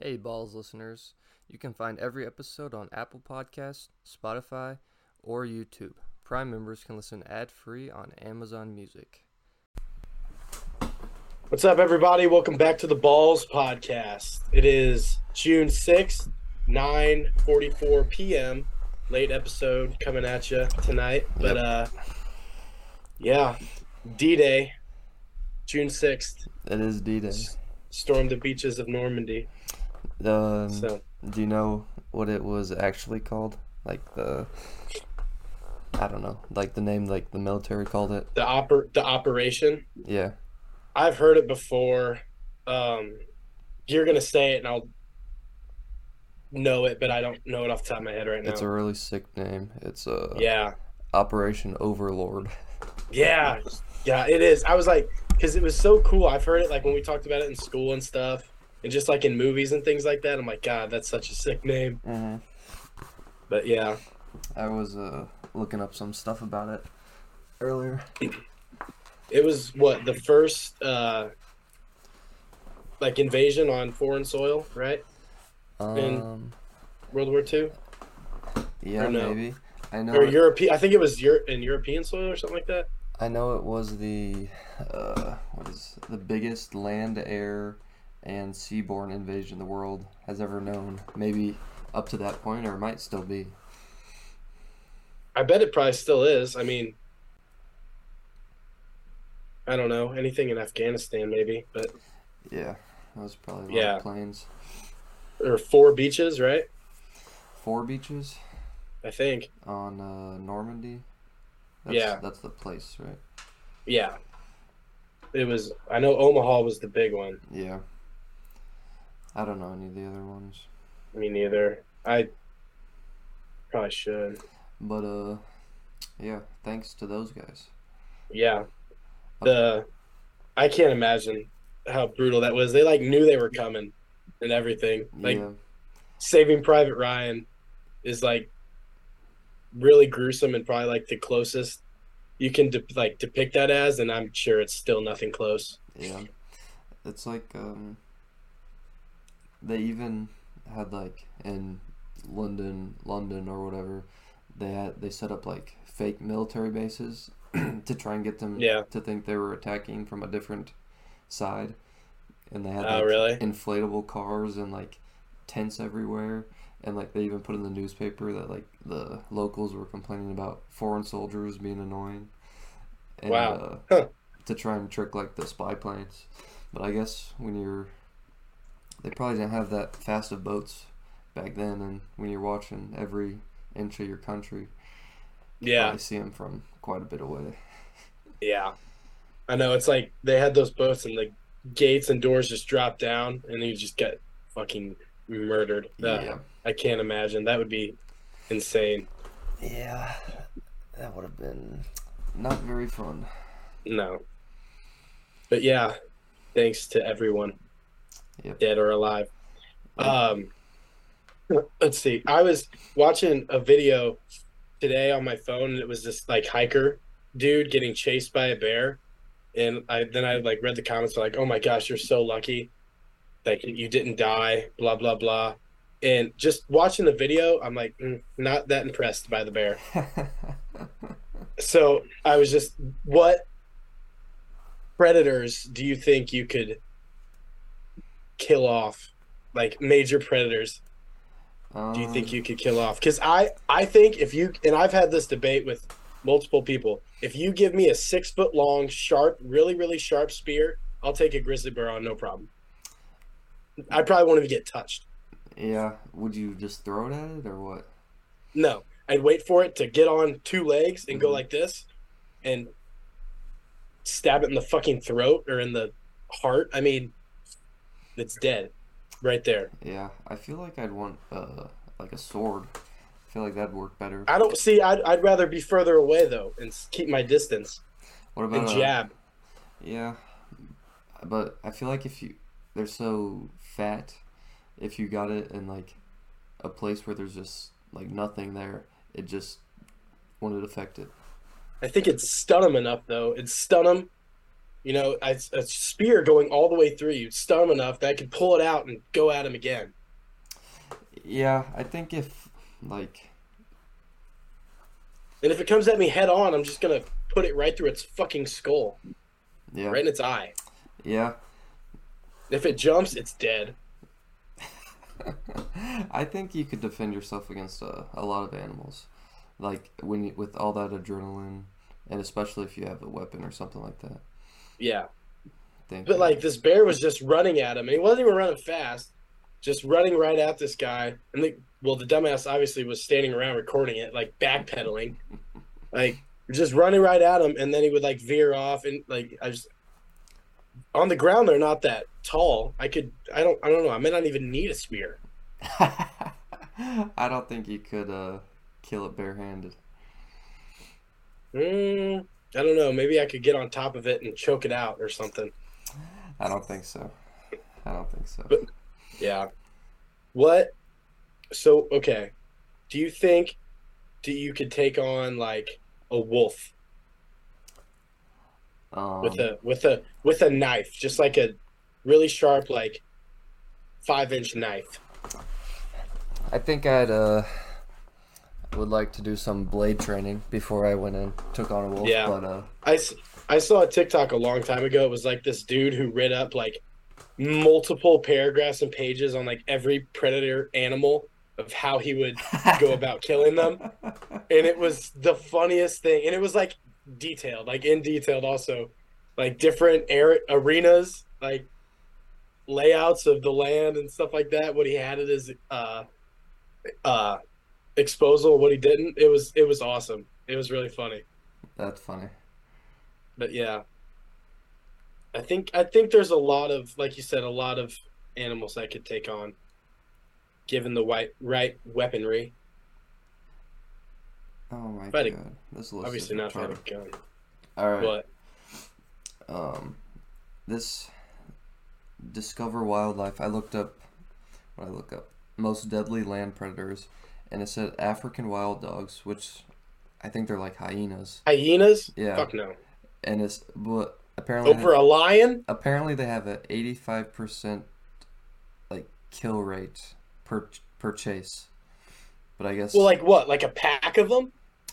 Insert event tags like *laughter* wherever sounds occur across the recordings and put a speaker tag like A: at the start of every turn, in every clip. A: Hey, Balls listeners. You can find every episode on Apple Podcasts, Spotify, or YouTube. Prime members can listen ad free on Amazon Music.
B: What's up, everybody? Welcome back to the Balls Podcast. It is June 6th, 9.44 p.m. Late episode coming at you tonight. But, uh, yeah, D-Day, June 6th,
A: It is D Day.
B: stormed the beaches of Normandy.
A: Um,
B: So,
A: Do you know what it was actually called? Like the. I don't know. Like the name, like the military called it?
B: the, oper- the operation,
A: Yeah.
B: I've heard it before. Um, you're going to say it, and I'll know it, but I don't know it off the top of my head right now.
A: It's a really sick name. It's uh,
B: yeah.
A: Operation Overlord.
B: Yeah, yeah, it is. I was like, because it was so cool. I've heard it like when we talked about it in school and stuff, and just like in movies and things like that. I'm like, God, that's such a sick name.
A: Mm-hmm.
B: But yeah,
A: I was uh, looking up some stuff about it earlier.
B: it was what the first uh like invasion on foreign soil, right?
A: Um,
B: And- World War Two
A: yeah,
B: or no?
A: maybe. I know.
B: or
A: it-
B: European? I think it was Euro- in European soil or something like that.
A: I know it was the uh, what is the biggest land, air, and seaborne invasion the world has ever known. Maybe up to that point, or might still be.
B: I bet it probably still is. I mean. I don't know anything in Afghanistan, maybe, but
A: Yeah, that was probably a lot
B: Yeah.
A: of planes.
B: or four beaches, right?
A: Four beaches
B: I think,
A: on uh, Normandy. That's,
B: Yeah.
A: that's the place, right?
B: Yeah. It was I know Omaha was the big one.
A: Yeah. I don't know any of the other ones,
B: Me neither. I probably should.
A: but uh, yeah. Thanks to those guys.
B: Yeah. The I can't imagine how brutal that was. They like knew they were coming and everything. Like
A: yeah.
B: Saving Private Ryan is like really gruesome and probably like the closest you can de- like depict that as and I'm sure it's still nothing close.
A: Yeah. It's like um they even had like in London London or whatever, they had they set up like fake military bases *clears throat* to try and get them
B: Yeah.
A: to think they were attacking from a different side. And they had
B: Oh,
A: like
B: really?
A: inflatable cars and like tents everywhere. And like they even put in the newspaper that like the locals were complaining about foreign soldiers being annoying. And,
B: Wow.
A: Uh,
B: Huh.
A: To try and trick like the spy planes, but I guess when you're, they probably didn't have that fast of boats back then, and when you're watching every inch of your country, you
B: Yeah.
A: probably see them from quite a bit away.
B: Yeah. I know it's like they had those boats and the gates and doors just dropped down and you just get fucking murdered. Uh,
A: Yeah,
B: I can't imagine. That would be insane.
A: yeah, that would have been not very fun. *laughs*
B: No. But yeah, thanks to everyone.
A: Yep.
B: Dead or alive. Um let's see. I was watching a video today on my phone and it was this like hiker dude getting chased by a bear. And I then I like read the comments like, Oh my gosh, you're so lucky. Like you didn't die, blah blah blah. And just watching the video, I'm like, mm, not that impressed by the bear. So I was just, what predators do you think you could kill off? Like major predators, do you think
A: Um,
B: you could kill off? Because I, I think if you, and I've had this debate with multiple people. If you give me a six foot long, sharp, really, really sharp spear, I'll take a grizzly bear on no problem. I probably won't even get touched.
A: Yeah, would you just throw it at it or what?
B: No, I'd wait for it to get on two legs and go
A: Mhm.
B: like this, and stab it in the fucking throat or in the heart. I mean, it's dead right there.
A: Yeah, I feel like I'd want uh like a sword. I feel like that'd work better.
B: I don't see. I'd I'd rather be further away though and s- keep my distance
A: What
B: and
A: about a,
B: jab.
A: Yeah, but I feel like if you they're so fat, if you got it in like a place where there's just like nothing there, it just wouldn't affect it.
B: I think it'd stun them enough though. It'd stun them, You know, a, a spear going all the way through you, stun enough that I could pull it out and go at him again.
A: Yeah, I think if like
B: And if it comes at me head on, I'm just gonna put it right through its fucking skull,
A: yeah
B: right in its eye.
A: yeah, *laughs*
B: If it jumps, it's dead.
A: I think you could defend yourself against a, a lot of animals, like when you, with all that adrenaline, and especially if you have a weapon or something like that.
B: Yeah.
A: I think.
B: But like this bear was just running at him, and he wasn't even running fast, just running right at this guy. And the well, the dumbass obviously was standing around recording it, like backpedaling, like just running right at him, and then he would like veer off and like I just on the ground they're not that tall. I could I don't I don't know I may not even need a spear.
A: *laughs* I don't think you could uh, kill it barehanded.
B: Mm, I don't know. Maybe I could get on top of it and choke it out or something.
A: I don't think so. I don't think so.
B: But- Yeah. What? So okay, do you think do you could take on like a wolf
A: Um,
B: with a with a with a knife, just like a really sharp like five inch knife?
A: I think I'd uh would like to do some blade training before I went and took on a wolf.
B: Yeah.
A: But uh,
B: I s- I saw a TikTok a long time ago. It was like this dude who read up like multiple paragraphs and pages on like every predator animal of how he would go about killing them. and it was the funniest thing and it was like detailed like in detailed also like different air arenas like layouts of the land and stuff like that what he had at his uh uh exposal what he didn't it was it was awesome it was really funny
A: that's funny.
B: but yeah i think i think there's a lot of like you said a lot of animals i could take on given the white right weaponry
A: Oh my
B: But it-
A: god, this list
B: obviously
A: is
B: not if I had a
A: retarded.
B: gun
A: All right.
B: but
A: um, this discover wildlife. I looked up what I look up most deadly land predators, and it said African wild dogs, which I think they're like hyenas.
B: hyenas
A: Yeah,
B: fuck no
A: and it's but apparently
B: over a lion
A: apparently they have an 85% like kill rate per per chase but i guess
B: Well, like what? Like a pack of them?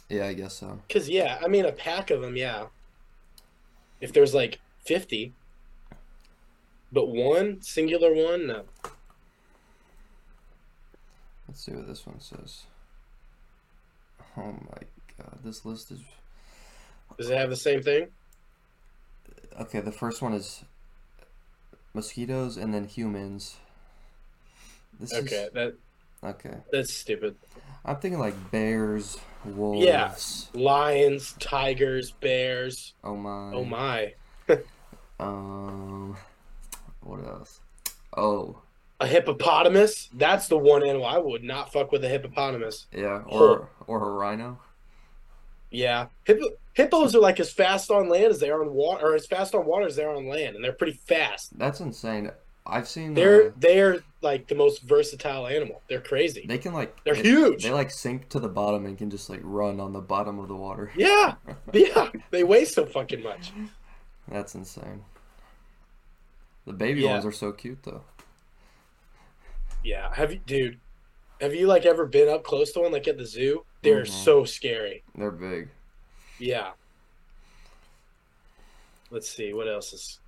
A: yeah i guess so
B: Because yeah, I mean a pack of them, yeah. If there's like fifty, but one singular one, no.
A: let's see what this one says oh my god this list is
B: Does it have the same thing?
A: okay the first one is mosquitoes and then humans this
B: Okay,
A: is
B: that
A: okay
B: that's stupid.
A: i'm thinking like bears wolves
B: Lions, tigers, bears.
A: oh my
B: Oh my!
A: um what else oh
B: A hippopotamus. That's the one animal I would not fuck with a hippopotamus.
A: yeah
B: Sure.
A: or or a rhino
B: Yeah, hippo hippos are like as fast on land as they are on water, or as fast on water as they are on land, and they're pretty fast.
A: That's insane. I've seen
B: They're
A: uh,
B: they're like the most versatile animal. They're crazy.
A: they can like
B: They're
A: they,
B: huge.
A: They like sink to the bottom and can just like run on the bottom of the water. *laughs*
B: yeah, yeah. They weigh so fucking much.
A: That's insane. The baby
B: Yeah.
A: ones are so cute though.
B: Yeah. Have you, dude? Have you like ever been up close to one, like at the zoo? They're
A: Mhm.
B: so scary.
A: They're big.
B: Yeah. Let's see what else is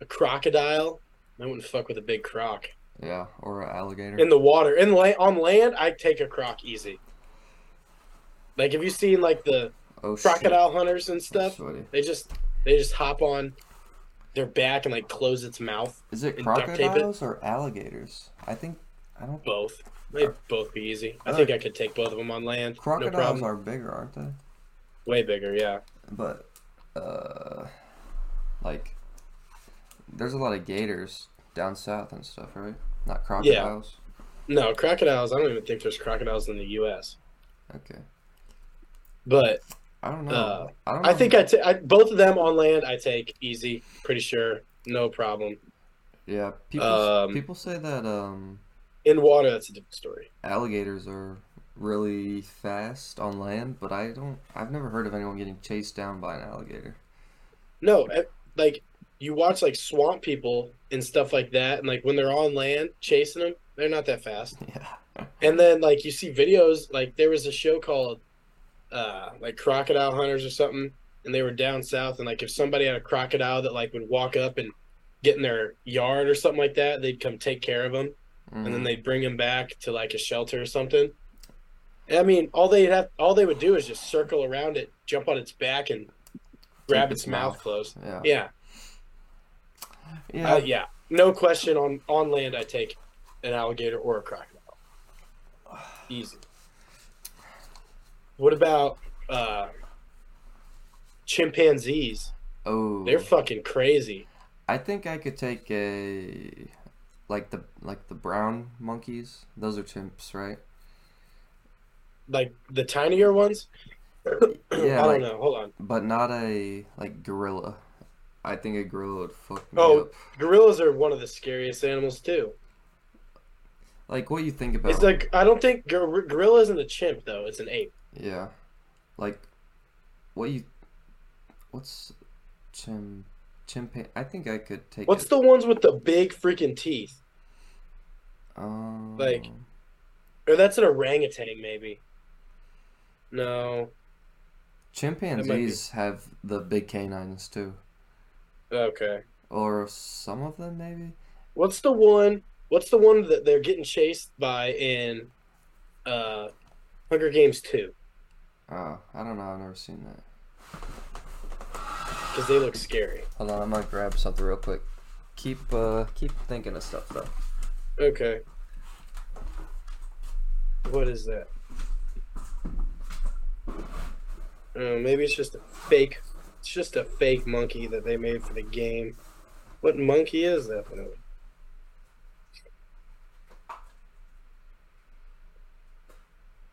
B: a crocodile. I wouldn't fuck with a big croc
A: Yeah, or an alligator.
B: in the water. In la- on land, I'd take a croc easy. Like, have you seen like the
A: oh shit.
B: crocodile hunters and
A: That's
B: stuff?
A: sweaty.
B: They just they just hop on their back and like close its mouth.
A: Is it
B: And duct tape it.
A: crocodiles or alligators? I think I don't.
B: Both. They'd both be easy. I think I could take both of them on land. no
A: Crocodiles
B: problem.
A: are bigger, aren't they?
B: way bigger. Yeah.
A: But, uh, like, there's a lot of gators down south and stuff, right? Not crocodiles.
B: No crocodiles. I don't even think there's crocodiles in the U.S.
A: Okay.
B: But
A: I don't know.
B: Uh,
A: I don't.
B: I
A: know.
B: think I ta- I- both of them on land. I take easy. Pretty sure. No problem.
A: Yeah, people
B: Um,
A: people say that um,
B: In water, that's a different story.
A: alligators are really fast on land, but I don't. I've never heard of anyone getting chased down by an alligator.
B: No, eh, like you watch like swamp people and stuff like that, and like when they're on land chasing them, they're not that fast.
A: Yeah.
B: And then like you see videos, like there was a show called uh like Crocodile Hunters or something, and they were down south, and like if somebody had a crocodile that like would walk up and get in their yard or something like that, they'd come take care of them, and then
A: Mhm.
B: they'd bring them back to like a shelter or something. And, I mean, all they would have, all they would do is just circle around it, jump on its back, and grab
A: Keep
B: its mouth closed.
A: Yeah.
B: Yeah.
A: Yeah.
B: Uh, yeah, no question. On on land, I take an alligator or a crocodile. Easy. What about uh, chimpanzees?
A: oh.
B: They're fucking crazy.
A: I think I could take a like the like the brown monkeys. Those are chimps, right?
B: Like the tinier ones. *coughs*
A: Yeah,
B: I don't
A: like-
B: know. Hold on.
A: But not a like gorilla. I think a gorilla would fuck me
B: Oh.
A: up.
B: Gorillas are one of the scariest animals too.
A: Like what you think about?
B: It's like I don't think gor- gorilla isn't a chimp though. It's an ape.
A: yeah, like what you? What's chim chimpan? I think I could take.
B: What's
A: it.
B: the ones with the big freaking teeth?
A: um,
B: like- Or that's an orangutan maybe. No.
A: chimpanzees have the big canines too,
B: Okay.
A: or some of them maybe.
B: What's the one? What's the one that they're getting chased by in uh, Hunger Games Two?
A: Oh, I don't know. I've never seen that.
B: Because they look scary.
A: Hold on, I'm gonna grab something real quick. Keep uh keep thinking of stuff though.
B: Okay. What is that? Oh, maybe it's just a fake. It's just a fake monkey that they made for the game. What monkey is that though?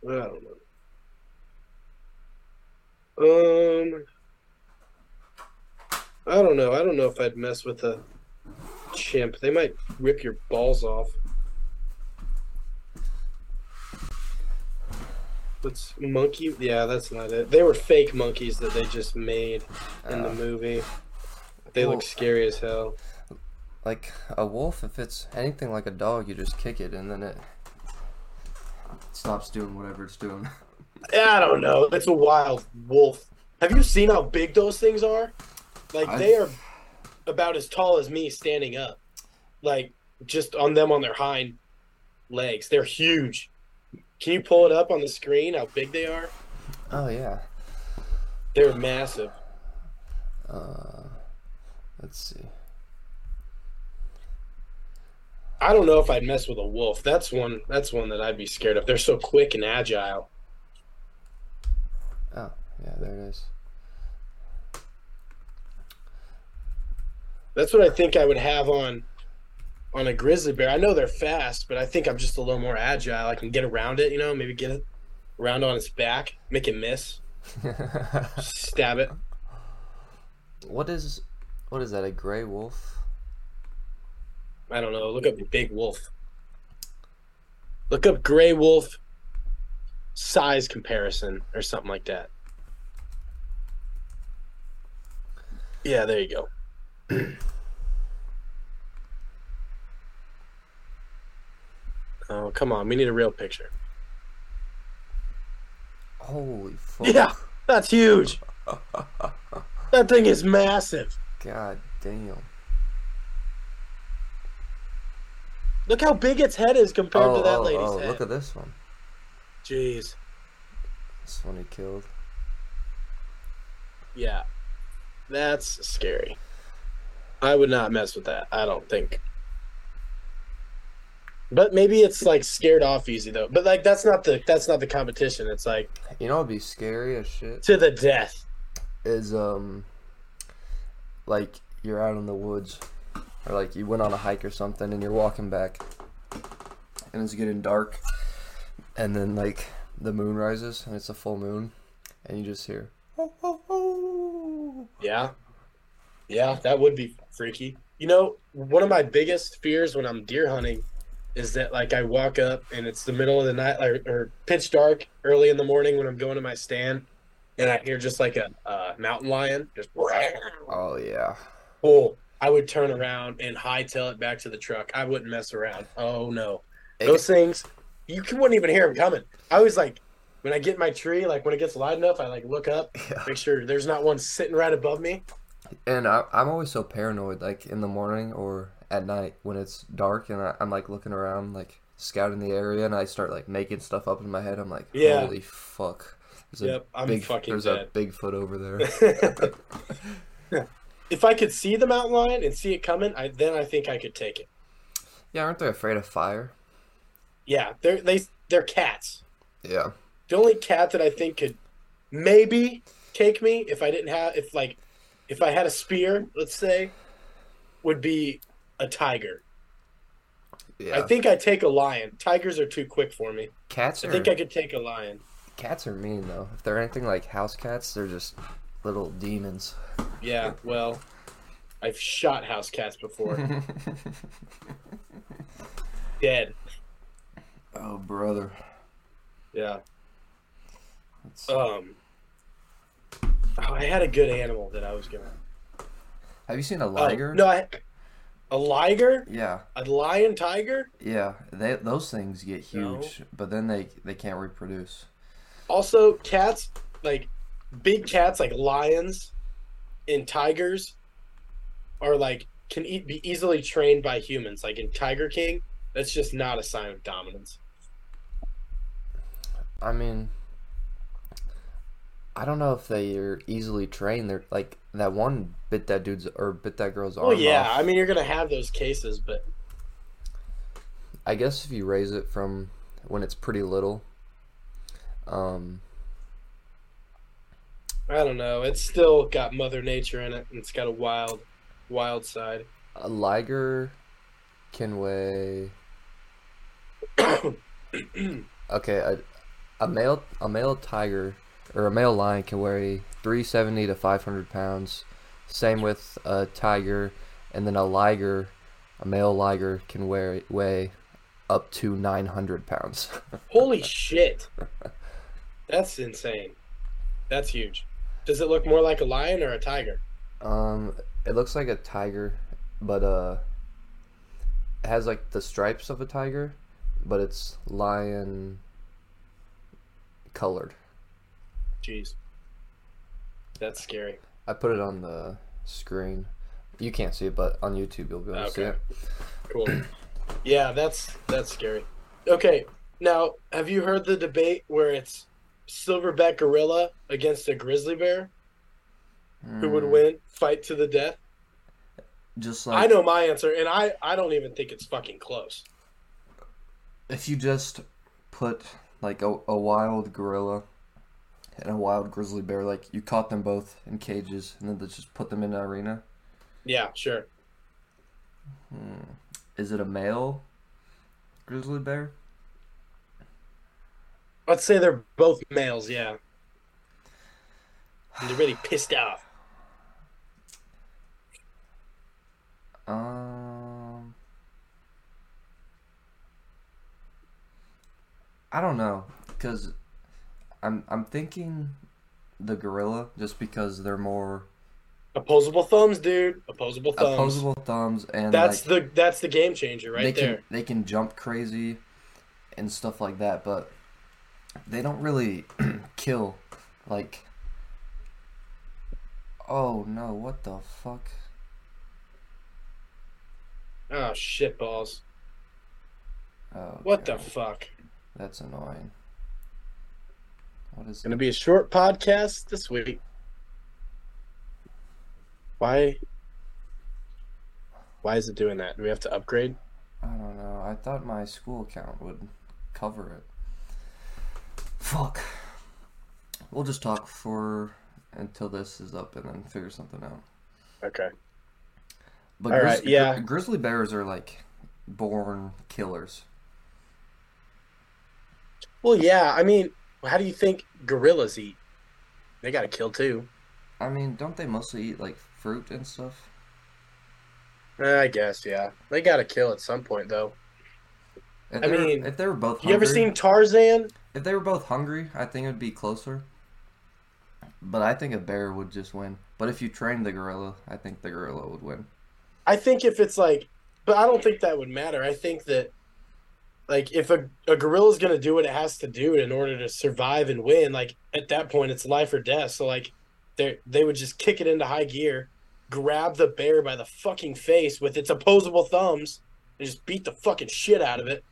B: I don't know. Um, I don't know. I don't know if I'd mess with a chimp. They might rip your balls off. What's monkey? Yeah, that's not it. They were fake monkeys that they just made in the
A: Uh,
B: movie. They
A: well-
B: look scary as hell.
A: Like a wolf, if it's anything like a dog, you just kick it and then it stops doing whatever it's doing. *laughs*
B: I don't know. It's a wild wolf. Have you seen how big those things are? Like
A: I-
B: they are about as tall as me standing up. Like just on them on their hind legs. They're huge. Can you pull it up on the screen how big they are?
A: Oh yeah.
B: They're massive.
A: Uh, let's see.
B: I don't know if I'd mess with a wolf. That's one that's one that I'd be scared of. They're so quick and agile.
A: Oh yeah, there it is. *laughs*
B: That's what I think I would have on on a grizzly bear. I know they're fast, but I think I'm just a little more agile. I can get around it, you know, maybe get it around on its back, make it miss, stab it.
A: what is what is that? A gray wolf?
B: I don't know. Look up big wolf. Look up gray wolf size comparison or something like that. Yeah, there you go. *clears throat* oh, come on. We need a real picture.
A: Holy fuck!
B: Yeah, that's huge. that thing is massive.
A: God damn.
B: Look how big its head is compared
A: Oh,
B: to that
A: oh,
B: lady's
A: oh,
B: head.
A: look at this one.
B: Jeez.
A: This one he killed.
B: Yeah. That's scary. I would not mess with that. I don't think. But maybe it's like scared off easy though. But like that's not the that's not the competition. It's like
A: You know, it'd be scary as shit.
B: to the death.
A: is um like you're out in the woods or like you went on a hike or something and you're walking back and it's getting dark and then like the moon rises and it's a full moon and you just hear "Ho, ho, ho."
B: Yeah. Yeah, that would be freaky. You know, one of my biggest fears when I'm deer hunting is that like I walk up and it's the middle of the night or, or pitch dark early in the morning when I'm going to my stand and I hear just like a uh, mountain lion just
A: oh yeah
B: Oh, I would turn around and hightail it back to the truck. I wouldn't mess around. Oh no,
A: Hey.
B: those things you c- wouldn't even hear them coming. I was like, when I get in my tree, like when it gets wide enough, I like look up,
A: Yeah.
B: make sure there's not one sitting right above me.
A: And I, I'm always so paranoid, like in the morning or at night when it's dark, and I, I'm like looking around, like scouting the area, and I start like making stuff up in my head. I'm like,
B: Yeah.
A: holy fuck. There's
B: Yep, I'm
A: big,
B: fucking
A: There's a
B: dead.
A: Bigfoot over
B: *laughs*
A: there.
B: if I could see the mountain lion and see it coming, I then I think I could take it.
A: yeah, aren't they afraid of fire?
B: Yeah, they're they they're cats.
A: Yeah.
B: The only cat that I think could maybe take me if I didn't have if like if I had a spear, let's say, would be a tiger.
A: Yeah.
B: I think I take a lion. Tigers are too quick for me.
A: cats
B: I
A: are
B: think I could take a lion.
A: cats are mean though. If they're anything like house cats, they're just little
B: *laughs*
A: demons. *laughs*
B: Yeah, well, I've shot house
A: *laughs*
B: cats before. Dead.
A: oh brother.
B: Yeah.
A: That's-
B: Um oh, I had a good animal that I was gonna
A: Have you seen a
B: Oh,
A: liger?
B: no, I, a liger?
A: Yeah.
B: A lion tiger?
A: Yeah, they those things get
B: No.
A: huge, but then they they can't reproduce.
B: Also, cats like big cats like lions and tigers are like can eat, be easily trained by humans. Like in Tiger King, that's just not a sign of dominance.
A: I mean, I don't know if they are easily trained. They're like that one bit that dude's or bit that girl's arm.
B: Well, yeah,
A: off.
B: I mean you're gonna have those cases, but
A: I guess if you raise it from when it's pretty little, um,
B: I don't know. It's still got Mother Nature in it, and it's got a wild, wild side.
A: a liger can weigh okay a, a male a male tiger or a male lion can weigh 370 to 500 pounds same with a tiger and then a liger a male liger can weigh, weigh up to 900 pounds *laughs*
B: Holy shit, that's insane. That's huge. Does it look more like a lion or a tiger?
A: um it looks like a tiger but uh it has like the stripes of a tiger but it's lion colored
B: Jeez, that's scary.
A: I put it on the screen. You can't see it, but on YouTube you'll be able to see
B: Okay.
A: it.
B: Cool. *clears throat* Yeah, that's that's scary. Okay, now have you heard the debate where it's silverback gorilla against a grizzly bear? Who would
A: Mm,
B: win? Fight to the death?
A: Just
B: I
A: like
B: know my answer, and I I don't even think it's fucking close.
A: if you just put like a, a wild gorilla and a wild grizzly bear, like you caught them both in cages and then they just put them in an arena.
B: Yeah, sure.
A: Is it a male grizzly bear?
B: Let's say they're both males, yeah. And they're really pissed off.
A: Um, I don't know, cause I'm I'm thinking the gorilla just because they're more
B: Opposable thumbs, dude. Opposable thumbs.
A: opposable thumbs and
B: that's
A: like,
B: the that's the game changer
A: they
B: right
A: can
B: there.
A: they can jump crazy and stuff like that, but they don't really *clears throat* kill like. Oh no! What the fuck?
B: Oh shit balls.
A: Oh,
B: What the
A: God,
B: fuck?
A: That's annoying. What is
B: Gonna be a short podcast this week. Why why is it doing that? Do we have to upgrade?
A: I don't know. I thought my school account would cover it. Fuck. We'll just talk for until this is up and then figure something out.
B: Okay.
A: But
B: All right, yeah.
A: gri- grizzly bears are like born killers.
B: Well yeah, I mean, how do you think gorillas eat? They gotta kill too.
A: I mean, don't they mostly eat like fruit and stuff?
B: Eh, I guess, yeah. They gotta kill at some point though.
A: If
B: I
A: they were-
B: mean,
A: if they were both
B: You ever
A: hungry-
B: seen Tarzan?
A: if they were both hungry, I think it would be closer. But I think a bear would just win. But if you trained the gorilla, I think the gorilla would win.
B: I think if it's like, but I don't think that would matter. I think that, like, if a, a gorilla is going to do what it has to do in order to survive and win, like, at that point, it's life or death. So, like, they they would just kick it into high gear, grab the bear by the fucking face with its opposable thumbs, and just beat the fucking shit out of it.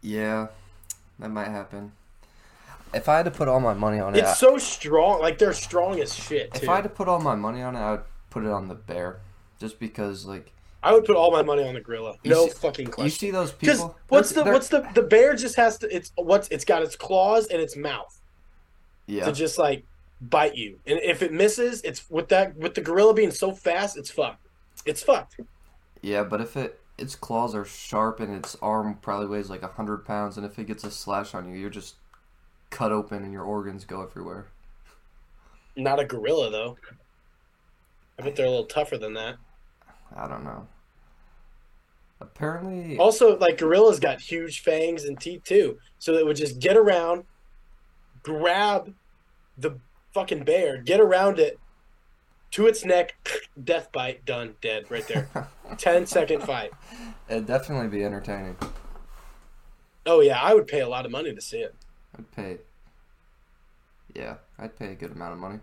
A: Yeah, that might happen. If I had to put all my money on it, I-
B: It's so strong. Like, they're strong as shit,
A: if
B: too.
A: I had to put all my money on it, I would put it on the bear, just because like
B: I would put all my money on the gorilla.
A: You
B: No
A: see-
B: fucking
A: you
B: question.
A: see those
B: Because
A: people.
B: what's
A: they're-
B: the what's the the bear just has to it's what's it's got its claws and its mouth
A: yeah
B: to just like bite you, and if it misses, it's with that with the gorilla being so fast, it's fucked. It's fucked.
A: yeah, but if it its claws are sharp and its arm probably weighs like hundred pounds, and if it gets a slash on you, you're just cut open and your organs go everywhere.
B: Not a gorilla though. I bet they're a little tougher than that.
A: I don't know. Apparently,
B: Also, like gorillas got huge fangs and teeth too, so they would just get around, grab the fucking bear, get around it to its neck, death bite, done, dead, right *laughs* there. 10 second fight.
A: it'd definitely be entertaining.
B: Oh yeah, I would pay a lot of money to see it.
A: I'd pay. Yeah, I'd pay a good amount of money.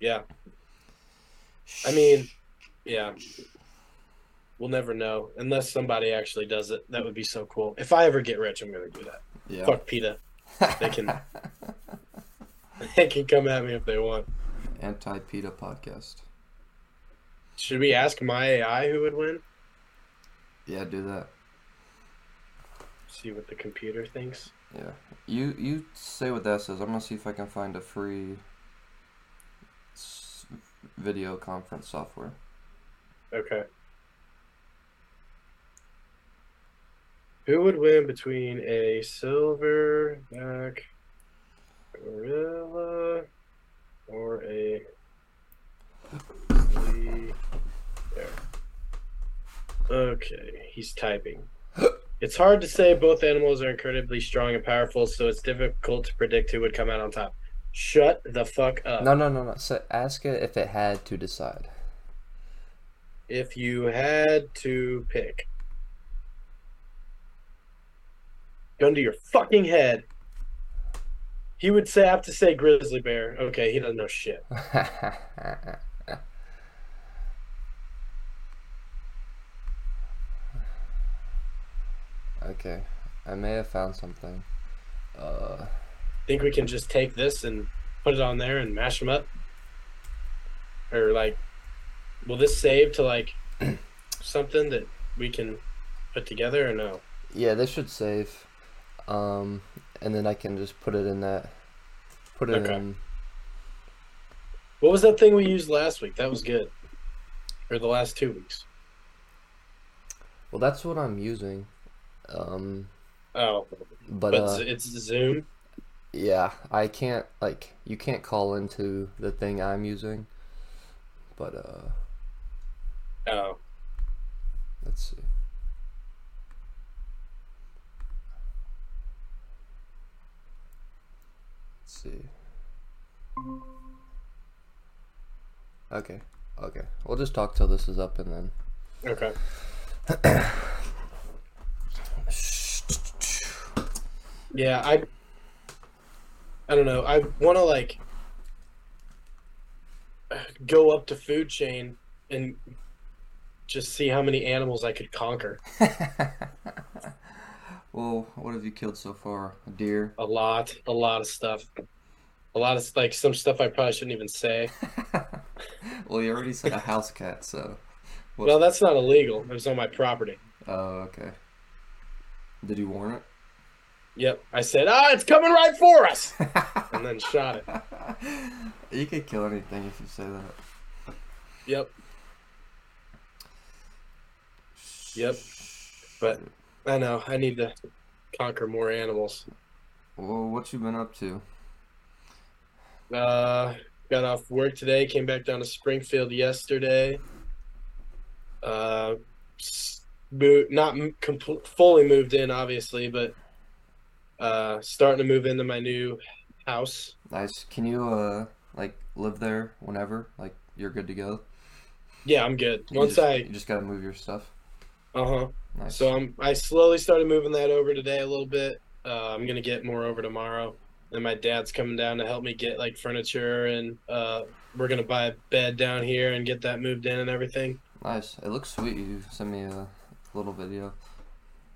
B: Yeah, I mean, yeah. We'll never know unless somebody actually does it. That would be so cool. If I ever get rich, I'm gonna do that.
A: yeah.
B: Fuck PETA. *laughs*
A: *laughs*
B: They can they can come at me if they want.
A: Anti PETA podcast.
B: Should we ask my AI who would win?
A: Yeah, do that.
B: See what the computer thinks.
A: Yeah. You you say what that says. I'm gonna see if I can find a free s- video conference software.
B: Okay. Who would win between a silverback gorilla or a grizzly bear? Okay, he's typing. It's hard to say both animals are incredibly strong and powerful, so it's difficult to predict who would come out on top. Shut the fuck up.
A: No, no, no, no. So ask it if it had to decide. *laughs*
B: If you had to pick. Gun to your fucking head. He would say, I have to say grizzly bear. Okay, he doesn't know shit.
A: okay, I may have found something. Uh,
B: Think we can just take this and put it on there and mash them up? Or, like, will this save to, like, *clears throat* something that we can put together or no?
A: yeah, this should save. Um, and then I can just put it in that. Put it
B: Okay.
A: in.
B: What was that thing we used last week? That was good. Or the last two weeks.
A: Well, that's what I'm using. Um,
B: Oh,
A: but
B: but
A: uh,
B: it's Zoom.
A: yeah, I can't like you can't call into the thing I'm using. But uh,
B: Oh.
A: let's see. Let's see. Okay, okay. We'll just talk till this is up and then.
B: Okay. yeah, I I don't know. I want to like go up to food chain and just see how many animals I could conquer.
A: *laughs* Well, what have you killed so far? A deer? *laughs*
B: A lot, a lot of stuff. A lot of like some stuff I probably shouldn't even say.
A: well, you already said a house cat, so. What-
B: Well, that's not illegal. It was on my property.
A: Oh, okay. Did you warn it?
B: Yep. I said, "Ah, it's coming right for us." and then shot it.
A: *laughs* you could kill anything if you say that.
B: Yep. Yep. But I know I need to conquer more animals.
A: Well, what you been up to?
B: Uh, got off work today. Came back down to Springfield yesterday. Uh, s- mo- not m- compl- fully moved in, obviously, but uh, starting to move into my new house.
A: Nice. Can you uh like live there whenever? Like you're good to go.
B: Yeah, I'm good.
A: You
B: Once
A: just-
B: I
A: you just gotta move your stuff.
B: uh huh.
A: Nice.
B: So I'm I slowly started moving that over today a little bit. Uh, I'm gonna get more over tomorrow, and my dad's coming down to help me get like furniture and uh, we're gonna buy a bed down here and get that moved in and everything.
A: nice. It looks sweet. You sent me a little video.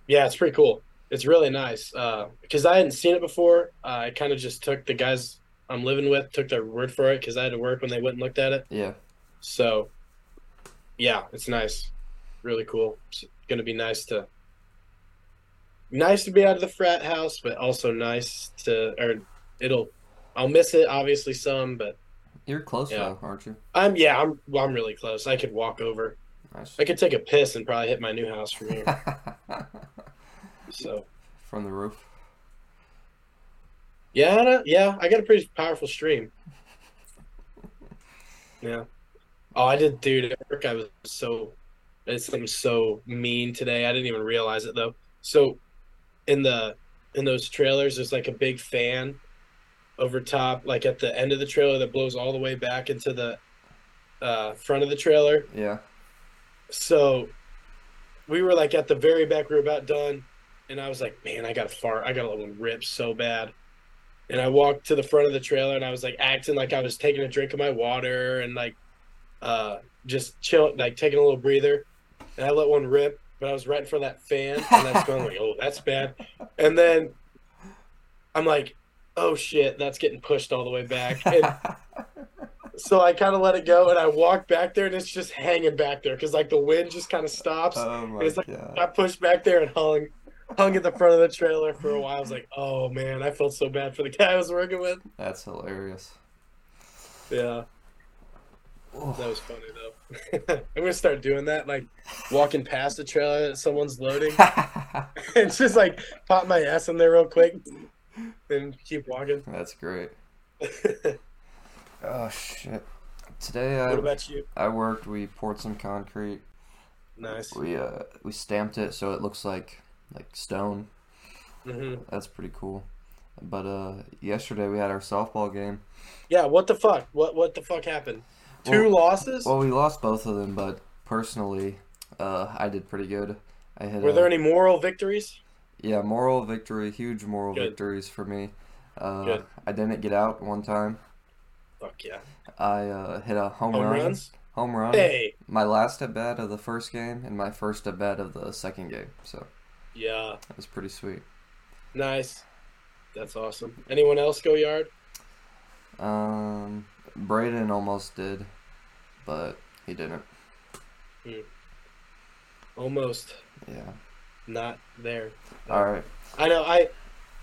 B: Yeah, it's pretty cool. It's really nice because I hadn't seen it before. Uh, I kind of just took the guys I'm living with took their word for it because I had to work when they went and looked at it.
A: Yeah.
B: So, yeah, it's nice, really cool. It's gonna be nice to, nice to be out of the frat house, but also nice to, or it'll, I'll miss it obviously some, but
A: You're close
B: Yeah.
A: though, aren't you?
B: I'm yeah, I'm well, I'm really close. I could walk over.
A: Nice.
B: I could take a piss and probably hit my new house from here.
A: *laughs*
B: So
A: From the roof.
B: yeah, I don't- yeah, I got a pretty powerful stream. Yeah. Oh, I did, dude. At work, I was so. I did something so mean today. I didn't even realize it though. So, in the in those trailers, there's like a big fan over top, like at the end of the trailer that blows all the way back into the uh, front of the trailer.
A: Yeah.
B: So, we were like at the very back. We were about done, and I was like, "Man, I got to fart. I got a little rip so bad." And I walked to the front of the trailer, and I was like acting like I was taking a drink of my water, and like uh, just chill, like taking a little breather. And I let one rip, but I was right in front of that fan, and that's going like, oh, that's bad. And then I'm like, oh shit, that's getting pushed all the way back. And so I kind of let it go, and I walk back there, and it's just hanging back there because like the wind just kind of
A: *laughs*
B: stops.
A: oh my
B: it's like-
A: god.
B: I pushed back there and hung, hung at the front of the trailer for a while. I was like, oh man, I felt so bad for the guy I was working with.
A: That's
B: *laughs*
A: hilarious.
B: Yeah,
A: Oh,
B: that was funny though. *laughs* I'm gonna start doing that, like walking past the trailer that someone's loading. *laughs* and just like pop my ass in there real quick and keep walking. *laughs*
A: That's great.
B: what
A: Oh shit. Today I
B: about you?
A: I worked. We poured some concrete.
B: Nice.
A: We uh we stamped it so it looks like like stone.
B: hmm
A: That's pretty cool. But uh yesterday we had our softball game.
B: Yeah. What the fuck? What What the fuck happened? Two
A: Well-
B: losses?
A: Well, we lost both of them, but personally, uh I did pretty good. I hit
B: Were
A: a-
B: there any moral victories?
A: Yeah, moral victory, huge moral
B: Good.
A: victories for me. Uh,
B: Good.
A: I didn't get out one time.
B: Fuck yeah.
A: I uh, hit a home, Uh-huh.
B: Home
A: run,
B: runs?
A: home run.
B: Hey.
A: My last at bat of the first game and my first at bat of the second game. So
B: Yeah.
A: that was pretty sweet.
B: Nice. That's awesome. Anyone else go yard?
A: Um, Braden almost did, but he didn't.
B: Almost
A: Yeah.
B: not there.
A: All right.
B: I know. I.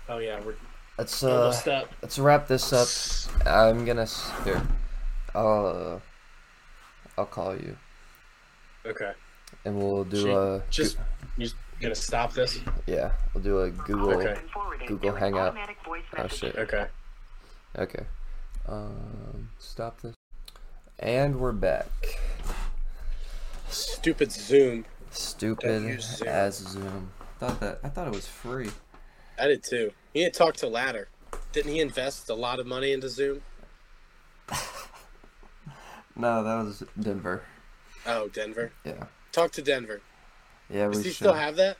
B: Oh yeah. We're
A: Let's uh,
B: almost up.
A: let's wrap this up. I'm gonna s- here. I'll uh, I'll call you
B: Okay.
A: and we'll do
B: Shit.
A: a
B: Just. You just gonna stop this?
A: yeah. We'll do a Google.
B: Okay.
A: Google Hangout. Oh, shit.
B: Okay.
A: Okay. Um, stop this. And we're back.
B: Stupid Zoom. Don't
A: Stupid
B: use Zoom.
A: as Zoom. Thought that I thought it was free.
B: I did too. He didn't talk to Ladder. Didn't he invest a lot of money into Zoom?
A: No, that was Denver.
B: Oh, Denver.
A: Yeah.
B: Talk to Denver.
A: Yeah, we
B: Does he
A: should.
B: still have that?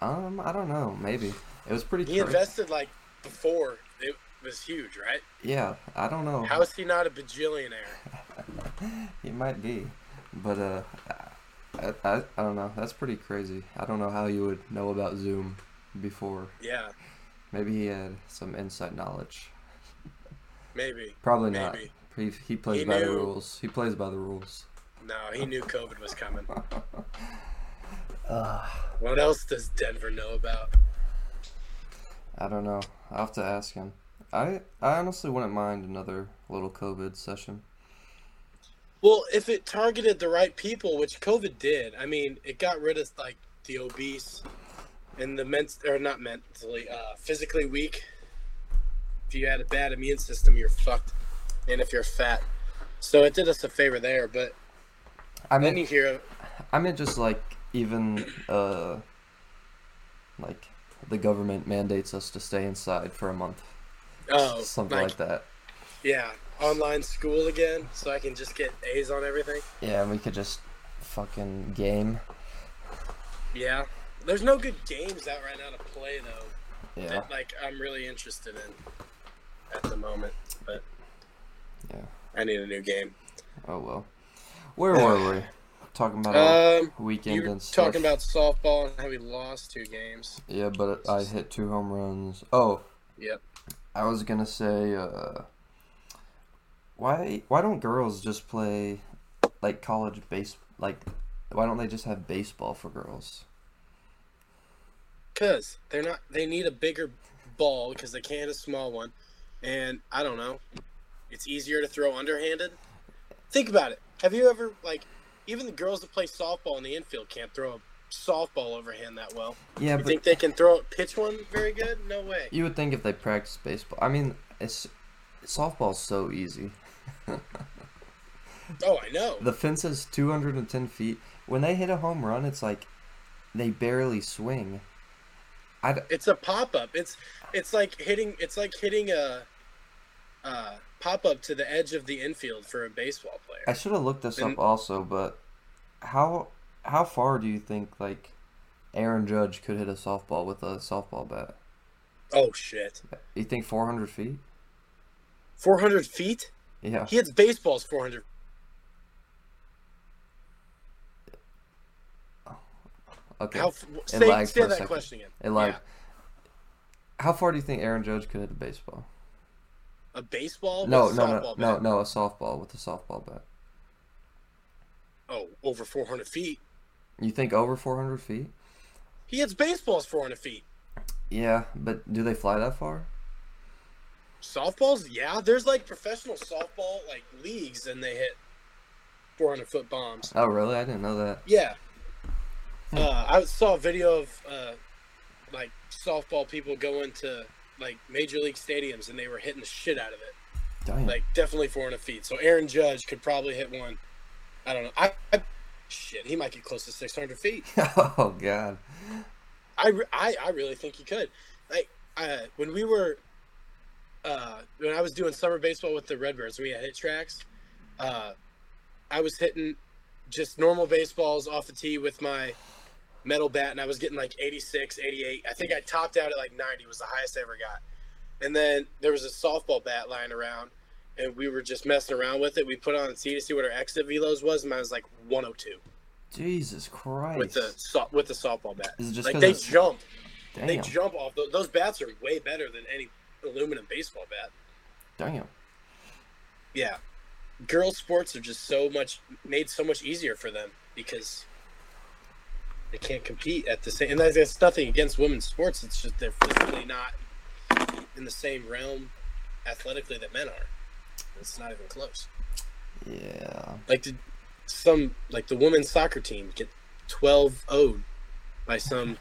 A: um, I don't know. Maybe it was pretty.
B: He
A: cra-
B: invested like before. It was huge, right?
A: yeah, I don't know.
B: How is he not a bajillionaire?
A: He might be, but uh, I, I I don't know. That's pretty crazy. I don't know how you would know about Zoom before.
B: Yeah,
A: Maybe he had some inside knowledge.
B: maybe.
A: Probably not.
B: Maybe.
A: He, he plays
B: He
A: by the
B: knew.
A: rules. He plays by the rules.
B: No, he knew COVID was coming.
A: *laughs* Uh,
B: What else does Denver know about?
A: I don't know. I'll have to ask him. I I honestly wouldn't mind another little COVID session.
B: Well, if it targeted the right people, which COVID did, I mean, it got rid of like the obese and the ment or not mentally, uh, physically weak. If you had a bad immune system, you're fucked, and if you're fat, so it did us a favor there. But
A: I
B: then you
A: mean,
B: hear,
A: I meant just like even uh, like the government mandates us to stay inside for a month,
B: oh,
A: something
B: like,
A: like that.
B: yeah, online school again so I can just get A's on everything.
A: Yeah, and we could just fucking game.
B: Yeah. There's no good games out right now to play though.
A: Yeah,
B: That, like I'm really interested in at the moment, but
A: yeah.
B: I need a new game.
A: Oh well. Where were
B: *laughs*
A: we? Talking about our
B: Um you
A: weekend
B: were
A: and stuff.
B: talking about softball and how we lost two games.
A: yeah, but I hit two home runs. Oh,
B: Yep.
A: I was gonna say, uh, why why don't girls just play like college base like why don't they just have baseball for girls?
B: Cause they're not. They need a bigger ball because they can't a small one, and I don't know. It's easier to throw underhanded. Think about it. Have you ever like, even the girls that play softball in the infield can't throw a softball overhand that well.
A: Yeah,
B: You
A: but
B: think they can throw pitch one very good? No way.
A: you would think if they practice baseball. I mean, it's softball's so easy.
B: Oh, I know.
A: The fence is 210 feet. When they hit a home run, it's like they barely swing. I d-
B: It's a pop up. It's it's like hitting. It's like hitting a, uh, pop up to the edge of the infield for a baseball player.
A: I should have looked this up
B: And-
A: also, but how how far do you think like Aaron Judge could hit a softball with a softball bat?
B: Oh shit.
A: You think 400 feet?
B: Four hundred feet.
A: Yeah.
B: He hits baseballs 400.
A: Okay.
B: How, f- say
A: lagged
B: say
A: for a
B: that
A: second.
B: question again.
A: and like,
B: Yeah.
A: how far do you think Aaron Judge could hit a baseball?
B: A baseball?
A: No,
B: with a
A: no, no,
B: softball
A: no,
B: bat?
A: no, a softball with a softball bat.
B: Oh, over 400 feet.
A: You think over 400 feet?
B: He hits baseballs 400 feet.
A: Yeah, but do they fly that far?
B: Softballs? Yeah. There's like professional softball like leagues and they hit 400 foot bombs.
A: Oh, really? I didn't know that.
B: Yeah. Uh, I saw a video of uh, like softball people going to like major league stadiums and they were hitting the shit out of it.
A: Damn.
B: like definitely 400 feet. So Aaron Judge could probably hit one. I don't know. I, I shit, he might get close to 600 feet.
A: *laughs* oh God.
B: I, re- I, I really think he could. Like uh, when we were, uh, when I was doing summer baseball with the Redbirds, we had hit tracks. Uh, I was hitting just normal baseballs off the tee with my metal bat, and I was getting like 86, 88. I think I topped out at like 90 was the highest I ever got. And then there was a softball bat lying around, and we were just messing around with it. We put it on the tee to see what our exit velos was, and mine was like 102
A: Jesus Christ.
B: with the so- with the softball bat.
A: Is it just
B: Like
A: 'cause
B: they
A: it's-
B: jumped.
A: damn.
B: They jump off those, those bats are way better than any aluminum baseball bat.
A: damn.
B: Yeah, girls' sports are just so much made so much easier for them because they can't compete at the same. And that's, that's nothing against women's sports. It's just they're physically not in the same realm athletically that men are. It's not even close.
A: Yeah.
B: Like did some like the women's soccer team get 12 0 by some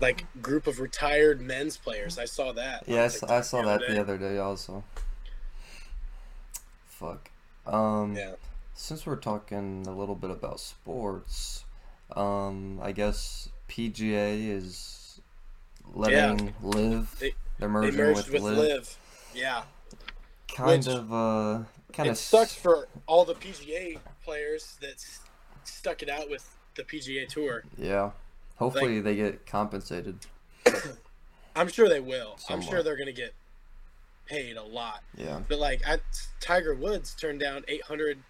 B: like group of retired men's players. I saw that. on
A: Yes, I
B: TikTok
A: saw
B: the
A: that
B: other
A: the
B: day.
A: other day also. Fuck. Um
B: Yeah.
A: since we're talking a little bit about sports, um I guess PGA is letting live.
B: They-
A: They're
B: They
A: merging
B: merged
A: with,
B: with,
A: live.
B: Live. Yeah.
A: Kind
B: which-
A: of uh kind
B: It
A: of
B: sucks for all the PGA players that s- stuck it out with the PGA Tour.
A: Yeah. Hopefully they get compensated.
B: I'm sure they will. I'm sure
A: Somewhat.
B: they're going to get paid a lot.
A: Yeah.
B: But like I, Tiger Woods turned down 800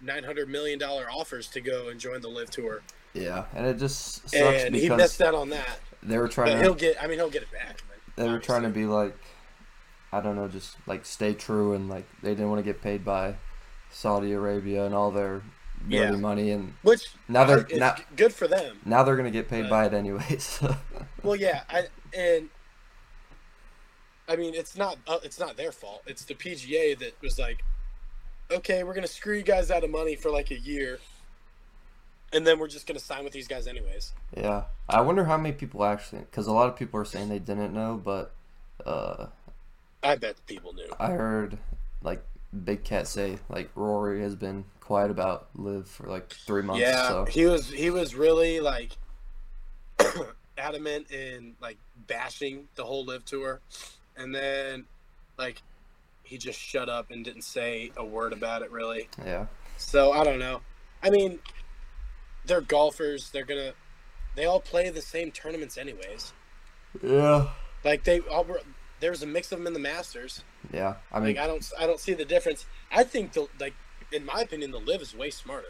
B: 900 million dollar offers to go and join the Live Tour.
A: Yeah. And it just sucks
B: and he
A: because
B: missed out on that.
A: they were trying
B: But
A: to
B: he'll get I mean he'll get it back. but
A: they were trying to
B: obviously.
A: be like i don't know just like stay true and like they didn't want to get paid by saudi arabia and all their dirty
B: Yeah.
A: money and
B: which
A: Now they're-
B: is
A: now-
B: g- good for them.
A: now they're gonna get paid
B: But-
A: by it *laughs* anyways
B: Well, yeah, I, and I mean it's not uh, it's not their fault. It's the PGA that was like, okay, we're gonna screw you guys out of money for like a year, and then we're just gonna sign with these guys anyways.
A: yeah i wonder how many people actually because a lot of people are saying they didn't know but uh
B: I bet people knew.
A: i heard like big cat say like rory has been quiet about live for like three months
B: yeah,
A: so
B: he was he was really like *coughs* adamant in like bashing the whole live tour, and then like he just shut up and didn't say a word about it really.
A: Yeah.
B: So I don't know. I mean, they're golfers. They're gonna. They all play the same tournaments anyways.
A: Yeah.
B: Like they all were. There was a mix of them in the Masters.
A: Yeah. I mean,
B: Like I don't. I don't see the difference. I think the like, in my opinion, the live is way smarter.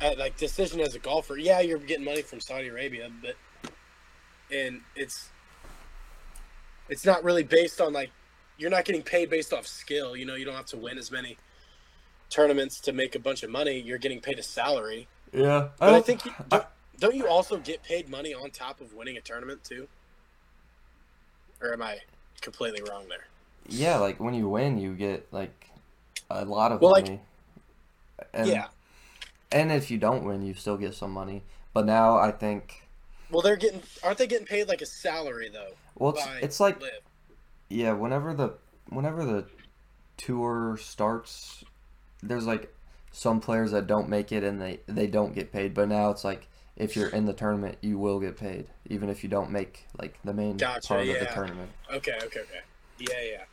B: At, like decision as a golfer. Yeah, you're getting money from Saudi Arabia, but and it's it's not really based on like you're not getting paid based off skill. You know, you don't have to win as many tournaments to make a bunch of money. You're getting paid a salary.
A: yeah.
B: But I
A: don't-
B: think you, don't, don't you also get paid money on top of winning a tournament too? Or am I completely wrong there?
A: yeah, like when you win, you get like a lot of
B: Well, like-
A: money. and,
B: yeah.
A: And if you don't win, you still get some money. But now I think
B: Well, they're getting aren't they getting paid like a salary though?
A: well, it's,
B: by
A: it's like
B: Liv?
A: yeah, whenever the whenever the tour starts, there's like some players that don't make it and they they don't get paid. But now it's like if you're in the tournament, you will get paid, even if you don't make like the main
B: Gotcha,
A: part of the
B: yeah.
A: tournament.
B: Okay, okay, okay. Yeah, yeah.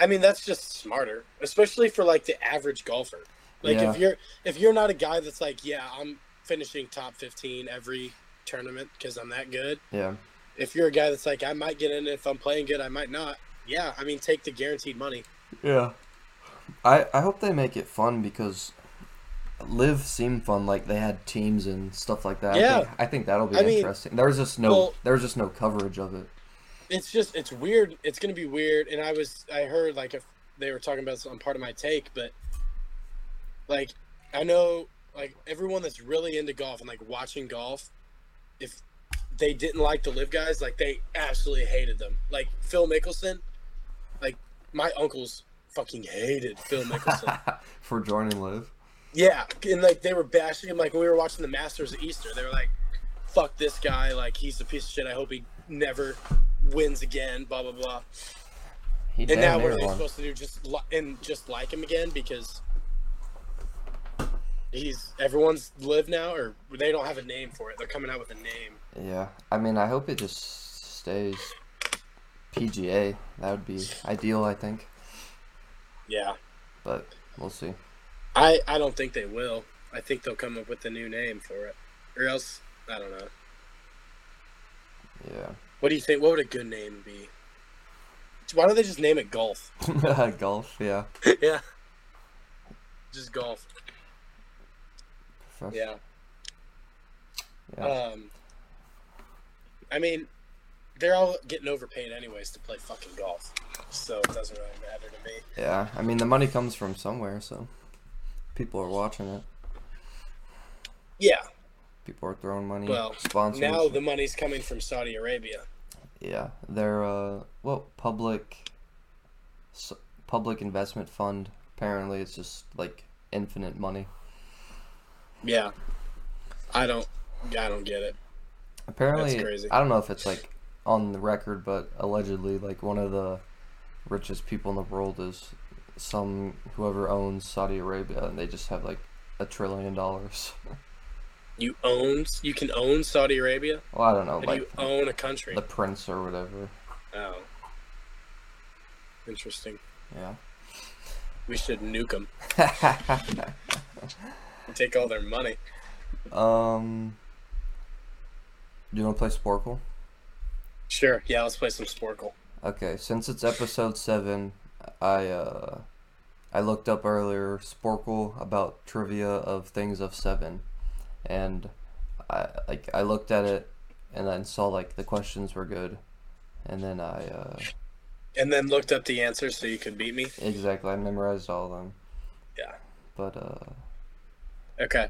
B: I mean, that's just smarter, especially for like the average golfer. Like
A: Yeah.
B: if you're if you're not a guy that's like, yeah, I'm finishing top 15 every tournament cuz I'm that good.
A: Yeah,
B: If you're a guy that's like, I might get in if I'm playing good, I might not. Yeah, I mean, take the guaranteed money.
A: yeah. I I hope they make it fun because live seemed fun. Like they had teams and stuff like that. I
B: Yeah.
A: think, I think that'll be
B: I mean,
A: interesting. there was just no
B: well-
A: there was just no coverage of it.
B: it's just it's weird it's gonna be weird and i was i heard like if they were talking about this on part of my take but like i know like everyone that's really into golf and like watching golf if they didn't like the live guys like they absolutely hated them like phil mickelson like my uncles fucking hated phil mickelson
A: *laughs* for joining live.
B: yeah and like they were bashing him like when we were watching the masters at easter they were like fuck this guy like he's a piece of shit i hope he never wins again blah blah blah
A: He
B: and
A: damn
B: now what
A: near
B: are they
A: won.
B: supposed to do? Just li- and just like him again because he's everyone's live now, or they don't have a name for it. They're coming out with a name.
A: Yeah, I mean, I hope it just stays PGA. That would be ideal, I think.
B: Yeah,
A: But we'll see.
B: I I don't think they will. I think they'll come up with a new name for it, or else I don't know.
A: Yeah,
B: What do you think? What would a good name be? Why don't they just name it golf?
A: golf. Yeah,
B: *laughs*
A: *laughs*
B: yeah, just golf.
A: Profession-
B: Yeah.
A: Yeah.
B: Um, I mean, they're all getting overpaid anyways to play fucking golf, so it doesn't really matter to me.
A: yeah. I mean, the money comes from somewhere, so people are watching it.
B: Yeah.
A: People are throwing money.
B: Well,
A: sponsors.
B: Now the money's coming from Saudi Arabia.
A: yeah, they're uh, well, public, s- public investment fund. Apparently, it's just like infinite money.
B: Yeah. I don't. I don't get it.
A: Apparently,
B: crazy.
A: I don't know if it's like on the record, but allegedly, like one of the richest people in the world is some whoever owns Saudi Arabia, and they just have like a trillion dollars. *laughs*
B: You own. You can own Saudi Arabia.
A: Well, I don't know,
B: And
A: like
B: you own a country.
A: the prince or whatever.
B: Oh. Interesting.
A: Yeah.
B: We should nuke
A: *laughs*
B: them. Take all their money.
A: um. Do you want to play Sporkle?
B: Sure. Yeah. Let's play some Sporkle.
A: Okay, since it's episode seven, I uh, I looked up earlier Sporkle about trivia of things of seven, and I like I looked at it and then saw like the questions were good, and then I uh,
B: And then looked up the answers so you could beat me.
A: exactly I memorized all of them,
B: Yeah.
A: but uh,
B: Okay.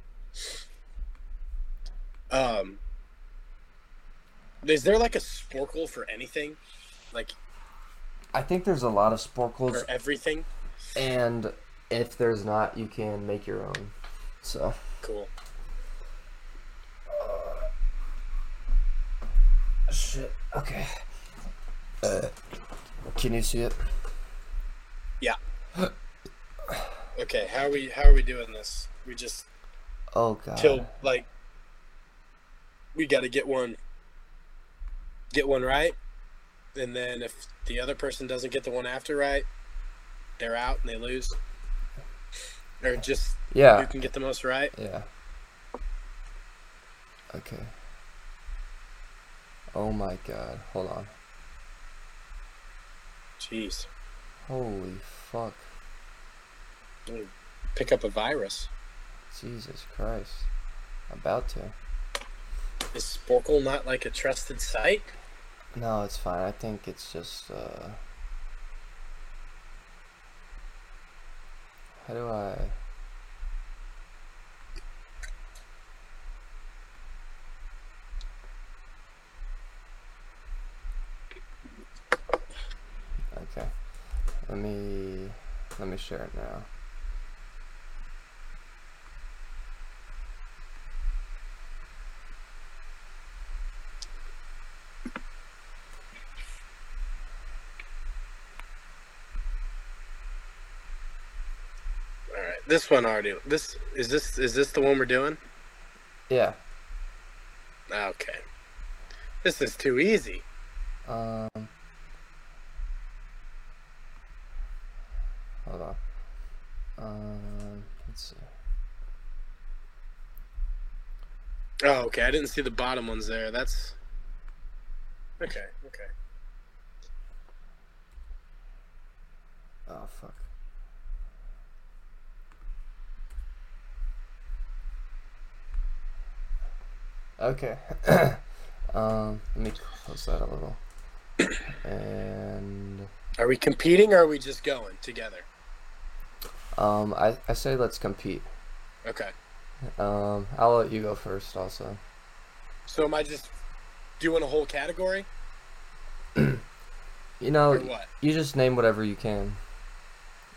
B: Um, is there like a sporkle for anything, like
A: I think there's a lot of Sporkles,
B: for everything?
A: and if there's not, you can make your own. So
B: Cool.
A: shit. Okay. Uh, can you see it?
B: Okay, how are we how are we doing this? We just
A: Oh god.
B: till like we got to get one, get one right, and then if the other person doesn't get the one after right, they're out and they lose, or just who
A: Yeah.
B: can get the most right.
A: Yeah. Okay. Oh my god. Hold on.
B: Jeez,
A: Holy fuck.
B: pick up a virus.
A: Jesus Christ. About to.
B: Is Sporkle not like a trusted site?
A: No, it's fine. I think it's just uh How do I Okay. Let me let me share it now.
B: All right, this one already. This is this is this the one we're doing?
A: Yeah.
B: Okay, this is too easy.
A: Um Hold on. Um let's see.
B: Oh, okay. I didn't see the bottom ones there. That's okay. Okay.
A: Oh fuck. Okay. *coughs* um, let me close that a little. And
B: Are we competing or are we just going together?
A: um, I I say let's compete.
B: Okay.
A: Um, I'll let you go first. Also,
B: So am I just doing a whole category
A: you
B: or
A: know,
B: what?
A: you just name whatever you can,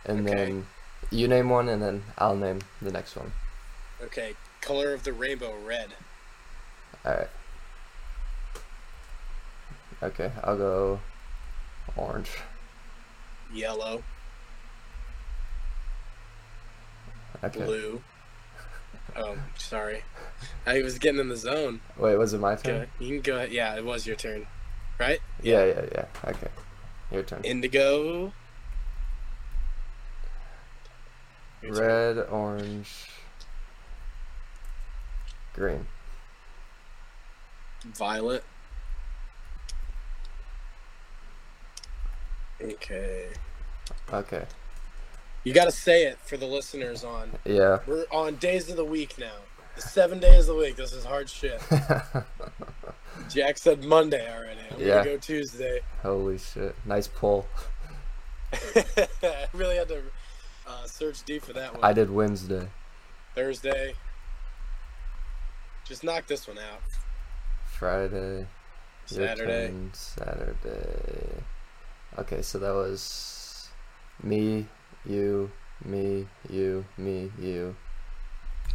A: and
B: Okay.
A: then you name one, and then I'll name the next one.
B: Okay. Color of the rainbow, red.
A: All right. Okay, I'll go orange.
B: yellow,
A: Okay.
B: blue. Oh, sorry. I was getting in the zone.
A: Wait, was it my turn?
B: Okay. You can go ahead. Yeah, it was your turn. Right?
A: Yeah, yeah, yeah. Okay. Your turn.
B: Indigo. Your turn.
A: Red, orange, green.
B: Violet. Okay.
A: Okay.
B: You got to say it for the listeners on.
A: Yeah. *laughs*
B: We're on days of the week now. The seven days of the week. This is hard shit. Jack said Monday already. I'm
A: Yeah.
B: gonna go Tuesday. *laughs*
A: Holy shit. Nice pull.
B: I really had to uh, search deep for that one.
A: I did Wednesday.
B: Thursday. Just knock this one out.
A: Friday. your
B: Saturday.
A: turn, Saturday. Okay, so that was me, you, me, you, me, you,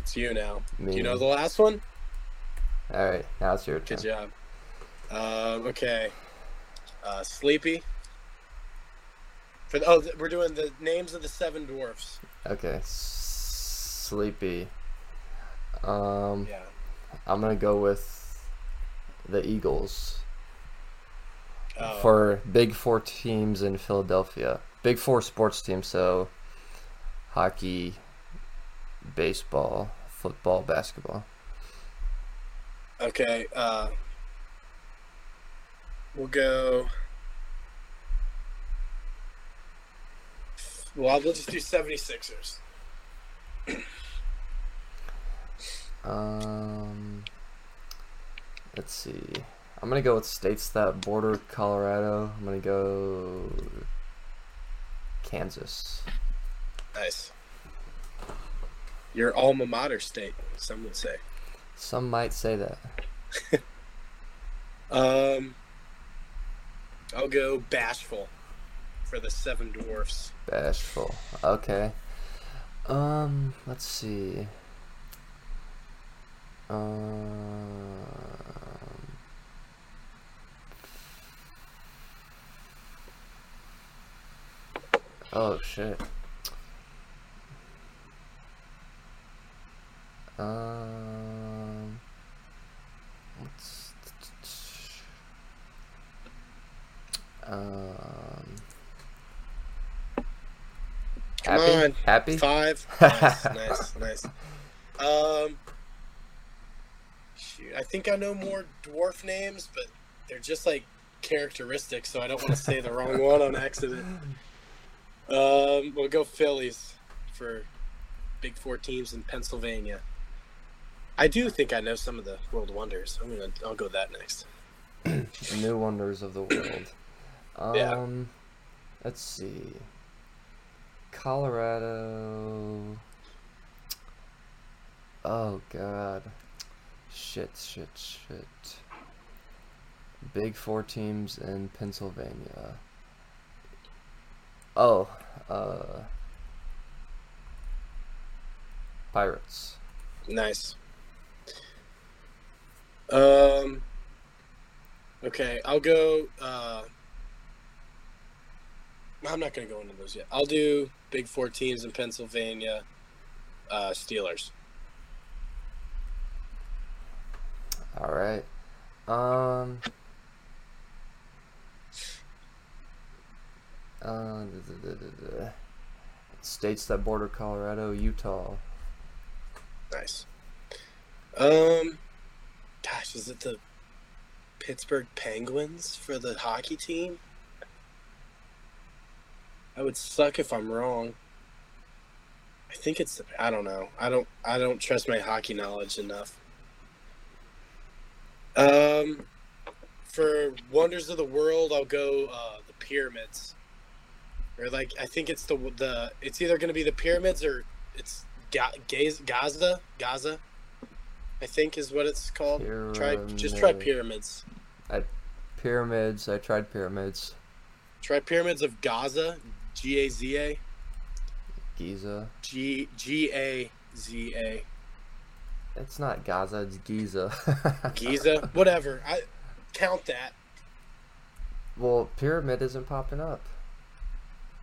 B: It's you now.
A: me.
B: Do you know the last one?
A: All right, now it's your turn.
B: Good job. Um, okay. Uh, sleepy. For the, oh, th- we're doing the names of the seven dwarfs.
A: Okay. s- Sleepy. Um.
B: Yeah.
A: I'm gonna go with the Eagles
B: Oh,
A: for Big Four teams in Philadelphia. Big Four sports teams, so hockey, baseball, football, basketball.
B: okay. Uh, we'll go. Well, we'll just do 76ers.
A: Um, let's see. I'm gonna go with states that border Colorado. I'm gonna go Kansas.
B: Nice. Your alma mater state, some would say.
A: Some might say that.
B: Um, I'll go bashful for the seven dwarfs.
A: Bashful. Okay. Um, let's see. Um, oh shit. Um, let's. Um.
B: Come
C: Happy?
B: on.
C: Happy?
B: Five. Nice, nice, nice. Um, shoot, I think I know more dwarf names, but they're just like characteristics, so I don't want to say the wrong one on accident. Um, we'll go Phillies for Big Four teams in Pennsylvania. I do think I know some of the world wonders. I'm gonna, I'll go that next.
A: New wonders of the world. Um,
B: Yeah.
A: Let's see. Colorado. Oh god. Shit, shit, shit. Big four teams in Pennsylvania. Oh, uh. Pirates.
B: Nice. Um. Okay, I'll go. Uh, I'm not going to go into those yet. I'll do Big Four teams in Pennsylvania. Uh, Steelers.
A: All right. Um. Uh, duh, duh, duh, duh, duh. States that border Colorado, Utah.
B: Nice. Um. Gosh, is it the Pittsburgh Penguins for the hockey team? I would suck if I'm wrong. I think it's the. I don't know. I don't. I don't trust my hockey knowledge enough. Um, for wonders of the world, I'll go uh, the pyramids. Or like, I think it's the the. It's either going to be the pyramids or it's Ga- Gaz- Gaza. Gaza, I think is what it's called. Try just try
A: Pyramid.
B: pyramids.
A: Pyramids. I tried pyramids.
B: Try pyramids of Gaza. G A Z A.
A: Giza.
B: G G A Z A.
A: It's not Gaza. It's Giza.
B: Giza. Whatever. I count that.
A: *laughs* well, pyramid isn't popping up.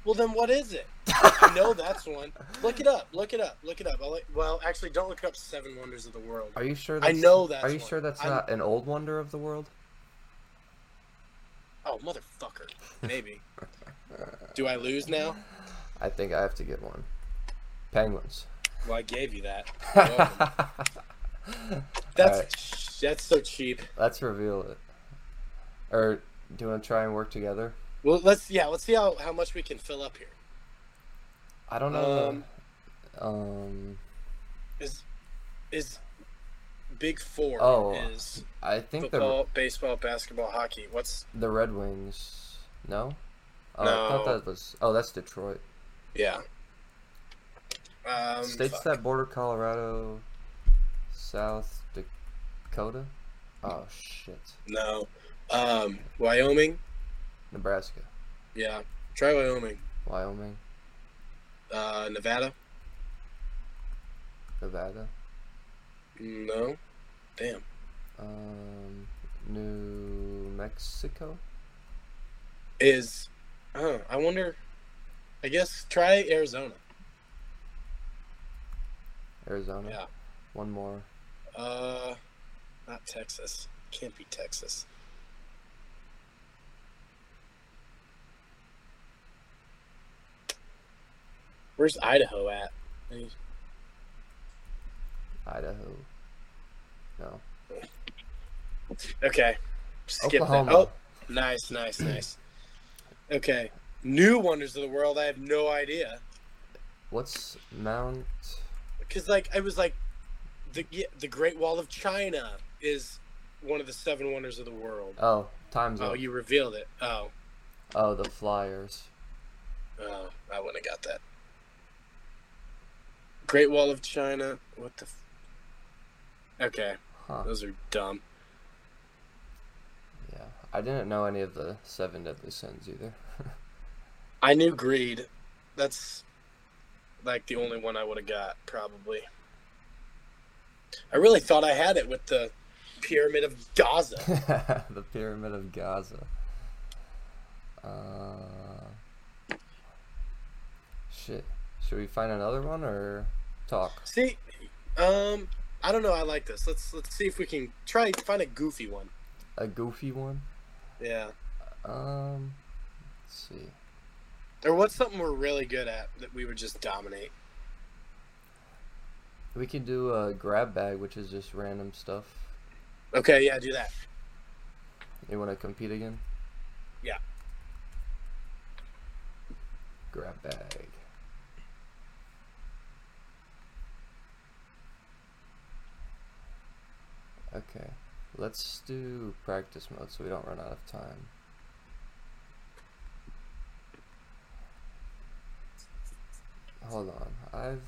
B: Well, then what is it? I know that's one. Look it up. Look it up. Look it up. I'll, let- well, actually, don't look up Seven Wonders of the World.
A: Are you sure?
B: I
A: That's,
B: know that's
A: Are you
B: one.
A: sure that's
B: I'm-
A: not an old wonder of the world?
B: Oh, motherfucker. Maybe. Do I lose now?
A: I think I have to get one. Penguins.
B: Well, I gave you that. Whoa. That's that's so cheap.
A: Let's reveal it. Or do you want to try and work together?
B: Well, let's yeah, let's see how how much we can fill up here.
A: I don't know.
B: Um,
A: the- Um,
B: Is is Big Four
A: Oh,
B: is
A: I think
B: football, baseball, basketball, hockey. What's
A: the the Red Wings. No. Oh, I thought
B: No.
A: that was. Oh, that's Detroit.
B: yeah? Um,
A: States
B: fuck.
A: that border Colorado, South Dakota. Oh shit.
B: no, um, Wyoming.
A: Nebraska,
B: Yeah, try Wyoming.
A: Wyoming,
B: Uh, Nevada.
A: Nevada,
B: No, damn.
A: um, New Mexico.
B: Is huh, I wonder. I guess try Arizona.
A: Arizona.
B: Yeah.
A: One more.
B: Uh, not Texas. Can't be Texas. Where's Idaho at?
A: Idaho. No.
B: Okay. Skip
A: Oklahoma.
B: that. Oh, nice, nice, nice. Okay. New wonders of the world. I have no idea.
A: What's Mount?
B: Because, like, I was like, the, yeah, the Great Wall of China is one of the seven wonders of the world.
A: Oh, time's
B: Oh,
A: up.
B: you revealed it. Oh.
A: Oh, the Flyers.
B: Oh, I wouldn't have got that. Great Wall of China. What the? F- okay,
A: Huh.
B: those are dumb.
A: Yeah. I didn't know any of the seven deadly sins either. *laughs*
B: I knew greed. That's like the only one I would have got probably. I really thought I had it with the Pyramid of Gaza.
A: the Pyramid of Gaza. Uh. Shit. Should we find another one or talk?
B: See, um, I don't know. I like this. Let's let's see if we can try to find a goofy one.
A: A goofy one?
B: Yeah.
A: Um. Let's see.
B: Or what's something we're really good at that we would just dominate?
A: We could do a grab bag, which is just random stuff.
B: Okay, yeah, do that.
A: You want to compete again?
B: Yeah.
A: Grab bag. Okay. Let's do practice mode so we don't run out of time. Hold on. I've.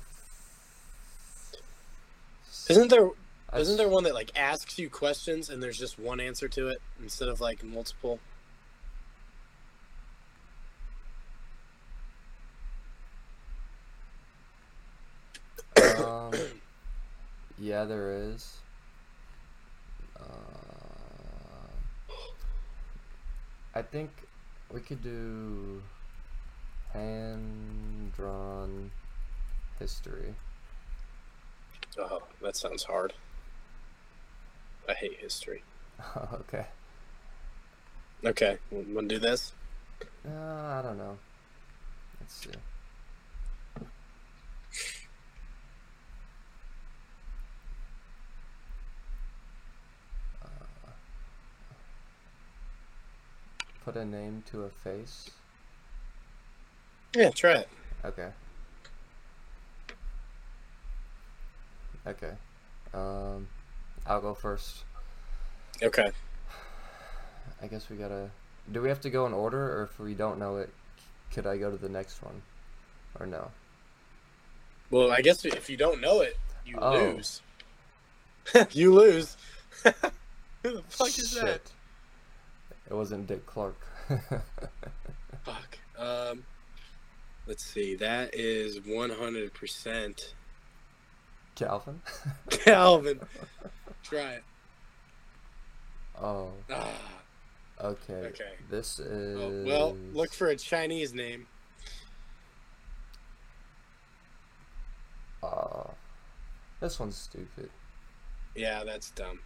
B: Isn't there
A: I've-
B: isn't there one that like asks you questions and there's just one answer to it instead of like multiple?
A: Um, yeah, there is. Uh, I think we could do hand drawn history. *laughs*
B: Oh, that sounds hard. I hate history.
A: okay.
B: Okay, want to do this?
A: Uh, I don't know. Let's see. Uh, Put a name to a face.
B: Yeah, try it.
A: Okay. Okay. Um, I'll go first.
B: Okay.
A: I guess we gotta. Do we have to go in order, or if we don't know it, could I go to the next one, or no?
B: Well, I guess if you don't know it, you
A: Oh.
B: *laughs* lose. you lose. *laughs* Who the fuck is that?
A: Shit. It wasn't Dick Clark. *laughs*
B: Fuck. Um, let's see. That is one hundred *laughs* percent
A: Calvin? *laughs*
B: Calvin. Try it.
A: Oh,
B: Ah,
A: okay.
B: okay.
A: This is.
B: Oh, well, look for a Chinese name.
A: Aw. uh, this one's stupid.
B: Yeah, that's dumb.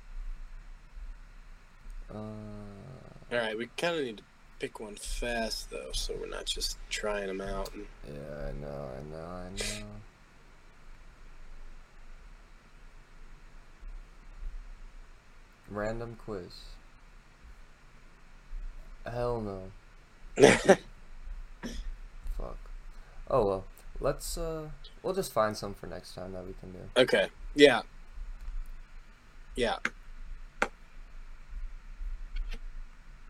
A: Uh,
B: All right, we kind of need to pick one fast though, so we're not just trying them out. And...
A: yeah, I know, I know, I know. Random quiz. Hell no. Fuck. Oh well. Let's uh we'll just find some for next time that we can do.
B: okay. Yeah. Yeah.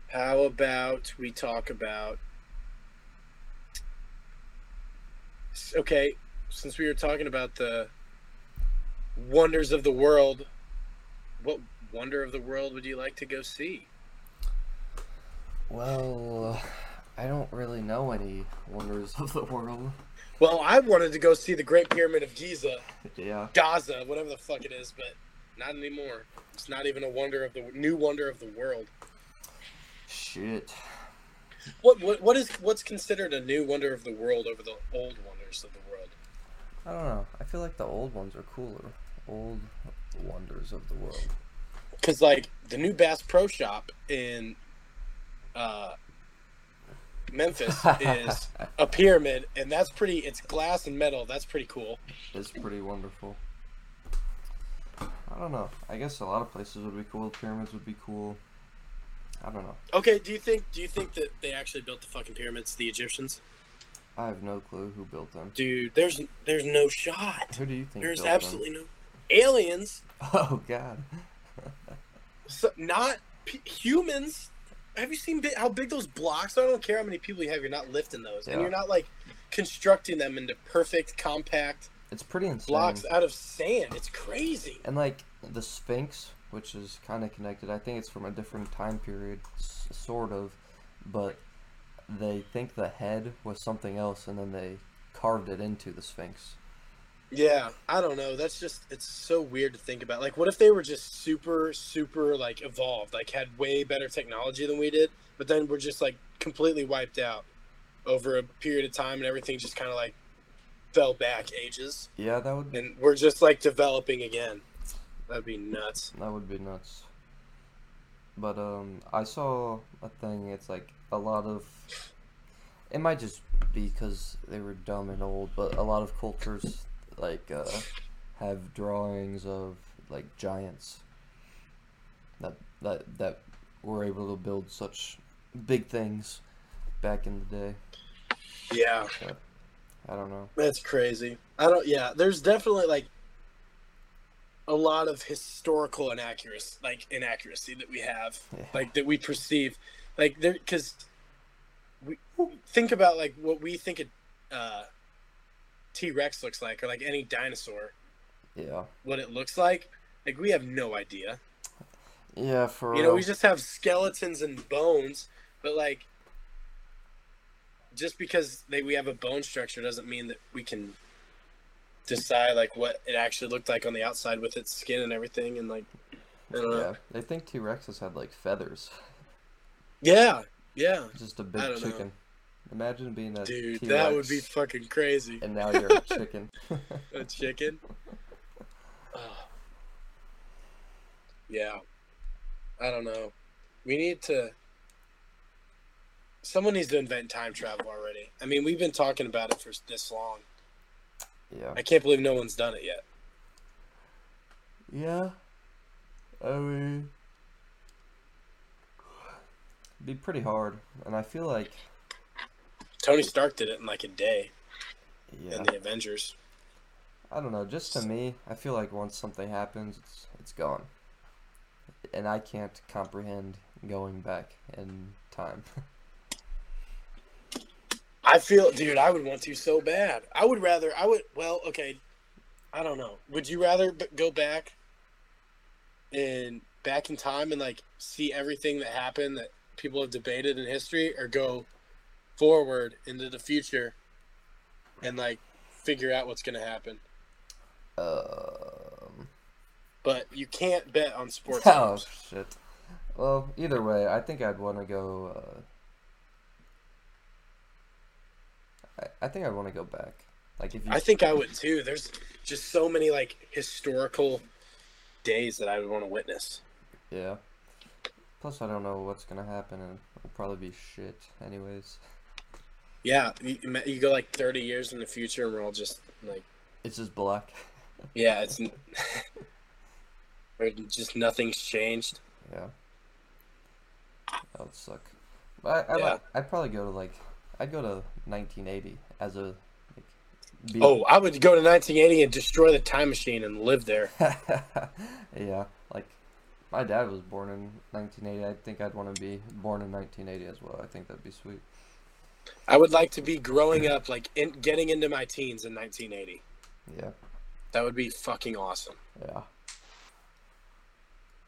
B: How about we talk about? S- Okay, since we were talking about the wonders of the world, what wonder of the world would you like to go see?
A: Well, I don't really know any wonders of the world.
B: Well, I wanted to go see the Great Pyramid of Giza.
A: Yeah.
B: Gaza, whatever the fuck it is, but not anymore. It's not even a wonder of the new wonder of the world.
A: Shit.
B: What what what is what's considered a new wonder of the world over the old wonders of the world?
A: I don't know. I feel like the old ones are cooler. Old wonders of the world.
B: Because like the new Bass Pro Shop in uh, Memphis is a pyramid, and that's pretty. It's glass and metal. That's pretty cool.
A: It's pretty wonderful. I don't know. I guess a lot of places would be cool. Pyramids would be cool. I don't know.
B: Okay, do you think do you think that they actually built the fucking pyramids, the Egyptians?
A: I have no clue who built them.
B: Dude, there's there's no shot.
A: Who do you think
B: There's
A: built
B: absolutely no aliens.
A: them? *laughs* Oh god.
B: So, not p- humans. Have you seen bi- how big those blocks are? I don't care how many people you have. You're not lifting those, and
A: Yeah.
B: you're not like constructing them into perfect, compact
A: It's pretty insane.
B: blocks out of sand. It's crazy.
A: And like the Sphinx, which is kind of connected, I think it's from a different time period, s- sort of, but they think the head was something else, and then they carved it into the Sphinx.
B: Yeah, I don't know. That's just it's so weird to think about. Like, what if they were just super, super like evolved, like had way better technology than we did, but then we're just like completely wiped out over a period of time, and everything just kind of like fell back ages.
A: Yeah, that would
B: and we're just like developing again. That'd be nuts.
A: that would be nuts. But um, I saw a thing. It's like a lot of it might just be because they were dumb and old, but a lot of cultures like uh, have drawings of like giants that that that were able to build such big things back in the day.
B: Yeah,
A: I don't know.
B: that's crazy. I don't. Yeah, there's definitely like a lot of historical inaccuracy, like inaccuracy that we have,
A: Yeah.
B: like that we perceive, like there because we think about like what we think a uh, T Rex looks like, or like any dinosaur,
A: Yeah.
B: what it looks like. Like we have no idea.
A: Yeah, for
B: You
A: real.
B: know, we just have skeletons and bones, but like just because they, we have a bone structure doesn't mean that we can decide like what it actually looked like on the outside with its skin and everything and like uh, I don't know.
A: yeah. They think T Rexes had like feathers.
B: Yeah. Yeah.
A: Just a big
B: don't know.
A: chicken. Imagine being a
B: Dude,
A: T-Rex
B: that would be fucking crazy.
A: and now you're a
B: *laughs*
A: chicken. *laughs*
B: A chicken. Oh. Yeah. I don't know. We need to. Someone needs to invent time travel already. I mean, we've been talking about it for this long.
A: Yeah.
B: I can't believe no one's done it yet.
A: Yeah. I mean, be pretty hard, and I feel like
B: Tony Stark did it in like a day
A: yeah,
B: in the Avengers.
A: I don't know. Just to me, I feel like once something happens, it's it's gone, and I can't comprehend going back in time. *laughs*
B: I feel, dude, I would want to so bad. I would rather, I would, well, okay. I don't know. Would you rather b- go back and back in time and like see everything that happened that people have debated in history or go forward into the future and like figure out what's going to happen?
A: um.
B: But you can't bet on sports. *laughs*
A: Oh
B: teams.
A: shit. Well, either way, I think I'd want to go. Uh, I I think I'd want to go back. Like if you
B: I think I would too. There's just so many like historical days that I would want to witness.
A: Yeah. Plus, I don't know what's gonna happen, and it'll probably be shit, anyways.
B: Yeah, you, you ma- you go like 30 years in the future, and we're all just like,
A: It's just black. *laughs*
B: yeah, it's n- *laughs* or just nothing's changed.
A: Yeah. That would suck. But I, I
B: Yeah.
A: like, I'd probably go to like, I'd go to 1980 as a like. Be-
B: Oh, I would go to 1980 and destroy the time machine and live there.
A: *laughs* yeah, like my dad was born in 1980. I think I'd want to be born in 1980 as well. I think that'd be sweet.
B: I would like to be growing up, like in, getting into my teens in 1980.
A: Yeah.
B: That would be fucking awesome.
A: Yeah.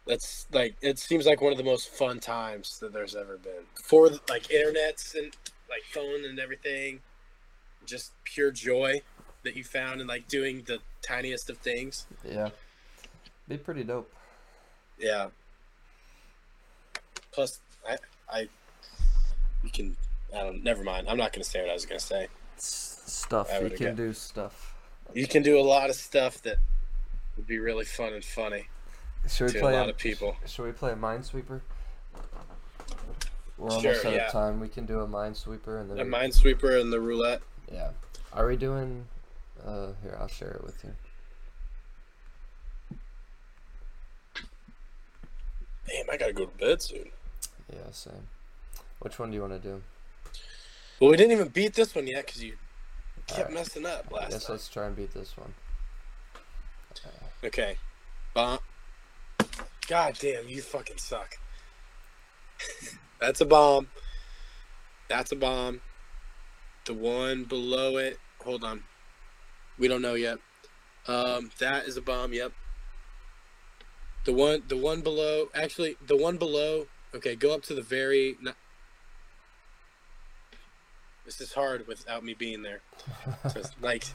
B: That's like it seems like one of the most fun times that there's ever been. For like internets and like phone and everything, just pure joy that you found in like doing the tiniest of things.
A: Yeah. Be pretty dope.
B: Yeah. Plus, I, I, you can. I don't. Never mind. I'm not gonna say what I was gonna say.
A: S- stuff.
B: I
A: You
B: would've
A: can
B: got-
A: do stuff.
B: You can do a lot of stuff that would be really fun and funny
A: Should we
B: to a
A: play
B: lot
A: a-
B: of people.
A: Should we play a minesweeper? We're
B: Sure,
A: almost out
B: yeah.
A: of time. We can do a minesweeper and then.
B: The
A: we-
B: minesweeper and the roulette.
A: yeah. Are we doing? Uh, here I'll share it with you.
B: Damn, I gotta go to bed soon.
A: Yeah, same. Which one do you want to do?
B: Well, we didn't even beat this one yet because you kept
A: Alright.
B: messing up
A: I
B: last.
A: guess
B: Time.
A: let's try and beat this one.
B: Okay. Bomb. God damn, you fucking suck. *laughs* That's a bomb. That's a bomb. The one below it. Hold on. We don't know yet. Um, that is a bomb. Yep. The one, the one below. Actually, the one below. Okay, go up to the very. n this is hard without me being there. So it's *laughs* like,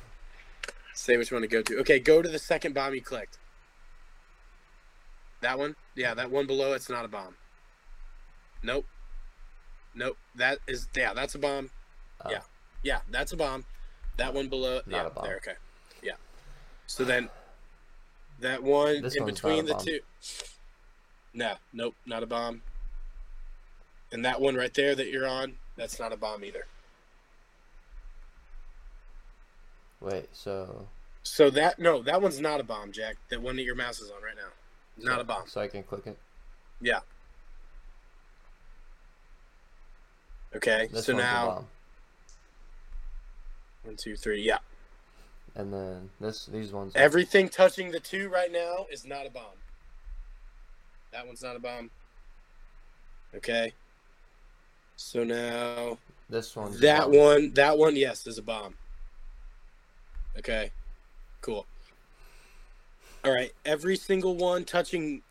B: say which one to go to. Okay, go to the second bomb you clicked. That one? Yeah, that one below it's not a bomb. Nope. Nope. That is yeah, that's a bomb. Yeah.
A: Oh.
B: Yeah, that's a bomb. That one below
A: Not
B: yeah,
A: a bomb.
B: there, okay. Yeah. So then that one
A: This
B: in
A: one's not
B: between
A: a
B: the
A: bomb.
B: two. No, nope, not a bomb. And that one right there that you're on, that's not a bomb either.
A: Wait, so
B: So that no, that one's not a bomb, Jack. That one that your mouse is on right now, not a bomb.
A: so I can click it.
B: Okay.
A: This
B: so
A: one's a
B: now
A: bomb.
B: one, two, three. Yeah.
A: And then this these ones are-
B: Everything touching the two right now is not a bomb. That one's not a bomb. Okay. So now
A: this one's a
B: that
A: bomb.
B: one, that one, yes, is a bomb. Okay. Cool. All right. Every single one touching.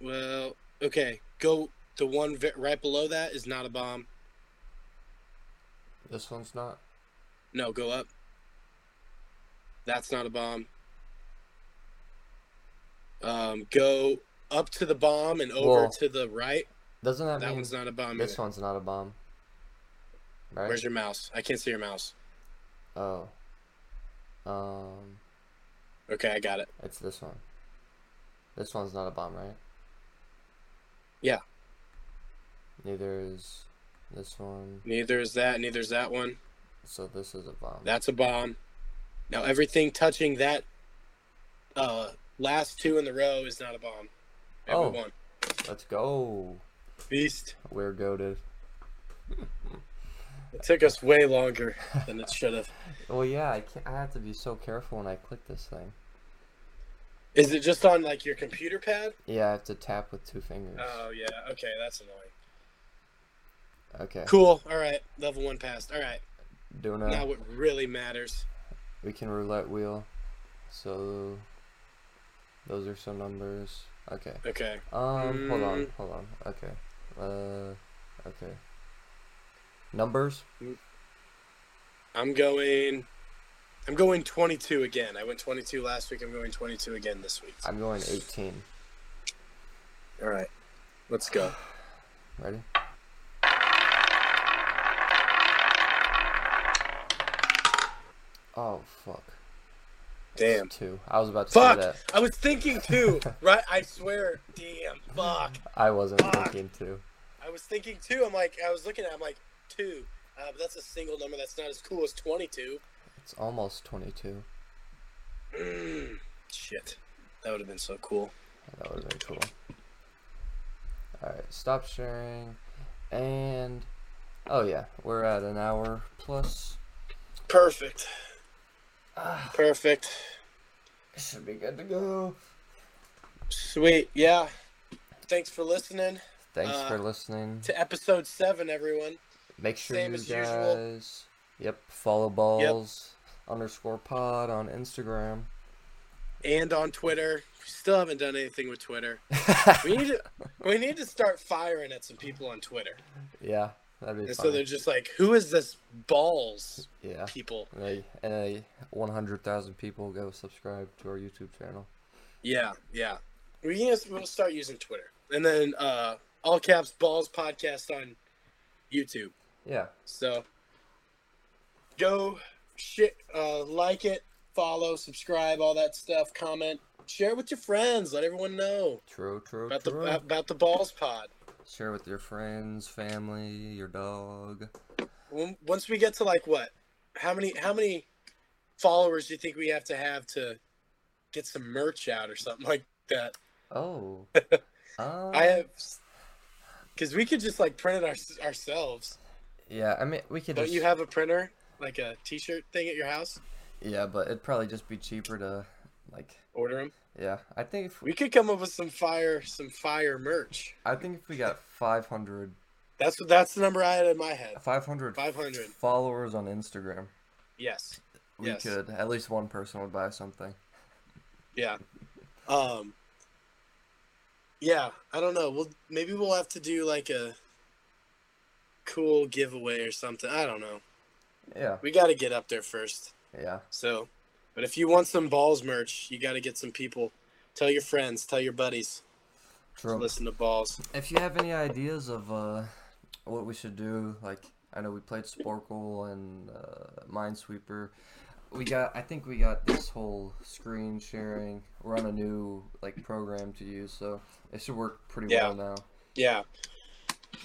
B: Well, okay. Go. The one ve- right below that is not a bomb.
A: This one's not.
B: No, go up. That's not a bomb. Um, go up to the bomb and over
A: Well,
B: to the right.
A: Doesn't that,
B: that
A: mean
B: one's not a bomb.
A: this
B: either.
A: one's not a bomb? Right?
B: Where's your mouse? I can't see your mouse.
A: Oh. Um,
B: Okay, I got it.
A: it's this one. This one's not a bomb, right?
B: Yeah.
A: Neither is this one.
B: Neither is that. Neither is that one.
A: So this is a bomb.
B: That's a bomb. Now everything touching that uh, last two in the row is not a bomb. Every
A: Oh.
B: one.
A: Let's go.
B: Beast.
A: We're goaded.
B: It took us way longer than it should have.
A: Well, yeah, I can't, I have to be so careful when I click this thing.
B: Is it just on like your computer pad?
A: Yeah, I have to tap with two fingers.
B: Oh yeah. Okay, that's annoying.
A: okay.
B: Cool. All right. Level one passed. All right.
A: Doing
B: Now
A: it.
B: what really matters.
A: We can roulette wheel. So those are some numbers. Okay.
B: Okay.
A: Um, hold on,
B: Mm.
A: hold on. Okay. Uh, okay. Numbers?
B: I'm going. I'm going 22 again. I went 22 last week. I'm going 22 again this week.
A: I'm going 18.
B: All right. Let's go.
A: Ready? Oh fuck! It's
B: Damn.
A: Two. I was about to
B: Fuck.
A: say that.
B: I was thinking two. *laughs* right. I swear. Damn. Fuck.
A: I wasn't
B: Fuck.
A: thinking two.
B: I was thinking two. I'm like. I was looking at. it, I'm like two. Uh, but that's a single number. That's not as cool as 22.
A: It's almost 22.
B: Mm, shit. That would have been so cool.
A: That would have been cool. Alright, stop sharing. And. Oh, yeah. We're at an hour plus.
B: Perfect.
A: Ah,
B: Perfect.
A: should be good to go.
B: Sweet. Yeah. Thanks for listening
A: Thanks
B: Uh,
A: for listening.
B: to episode seven, everyone.
A: Make sure
B: same
A: you
B: as
A: guys.
B: usual.
A: Yep, follow balls underscore pod on Instagram.
B: and on Twitter. We still haven't done anything with Twitter. We need to we need to start firing at some people on Twitter.
A: yeah, that'd be
B: And so
A: fun.
B: they're just like, who is this balls
A: yeah,
B: people?
A: and they, and they, 100,000 people go subscribe to our YouTube channel.
B: Yeah, yeah. We can just, we'll start using Twitter. And then uh all caps balls podcast on YouTube.
A: Yeah,
B: So go shit uh like it, follow, subscribe, all that stuff, comment, share it with your friends, let everyone know
A: true, true,
B: about the
A: true.
B: about the balls pod.
A: Share with your friends, family, your dog.
B: When- once we get to like what how many how many followers do you think we have to have to get some merch out or something *laughs* like that
A: Oh. um,
B: *laughs* i have because we could just like print it our, ourselves
A: Yeah, I mean, we could
B: don't
A: just.
B: you have a printer like a t-shirt thing at your house
A: yeah, but it'd probably just be cheaper to, like.
B: order them
A: Yeah, I think if
B: we could come up with some fire some fire merch
A: I think if we got 500,
B: that's what that's the number i had in my head
A: 500,
B: 500.
A: followers on Instagram,
B: yes
A: we
B: Yes.
A: could at least one person would buy something.
B: yeah um yeah i don't know we'll maybe we'll have to do like a cool giveaway or something i don't know
A: Yeah,
B: We got to get up there first.
A: yeah,
B: So, but if you want some balls merch, you got to get some people. Tell your friends, tell your buddies, to
A: true.
B: listen to balls.
A: If you have any ideas of uh, what we should do, like I know we played Sporkle and uh, Minesweeper. We got. I think we got this whole screen sharing. We're on a new like program to use, so it should work pretty
B: Yeah.
A: well now.
B: Yeah.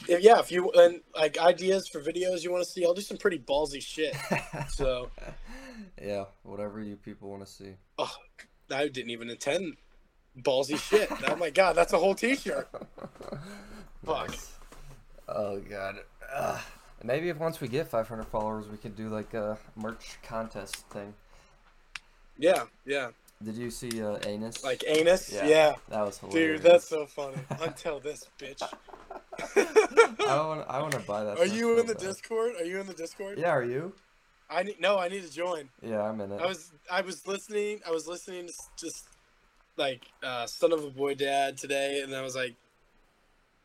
B: If- Yeah,
A: *laughs*
B: if you and like ideas for videos you want to see, I'll do some pretty ballsy shit. So
A: yeah, whatever you people want to see.
B: Oh, I didn't even intend ballsy shit. oh my god, that's a whole
A: *laughs*
B: T-shirt. Fuck.
A: Nice. Oh god. Ugh. Maybe if once we get 500 followers, we could do like a merch contest thing.
B: Yeah, yeah.
A: Did you see uh, anus?
B: Like anus. Yeah,
A: that was
B: dude,
A: hilarious.
B: that's so funny. Until this bitch.
A: I want. I want to buy that.
B: *laughs* Are
A: stuff
B: you
A: so
B: in the
A: bad.
B: Discord? Are you in the Discord?
A: Yeah, are you?
B: I need no. I need to join.
A: Yeah, I'm in it.
B: I was I was listening. I was listening to s- just like uh, son of a boy dad today, and I was like,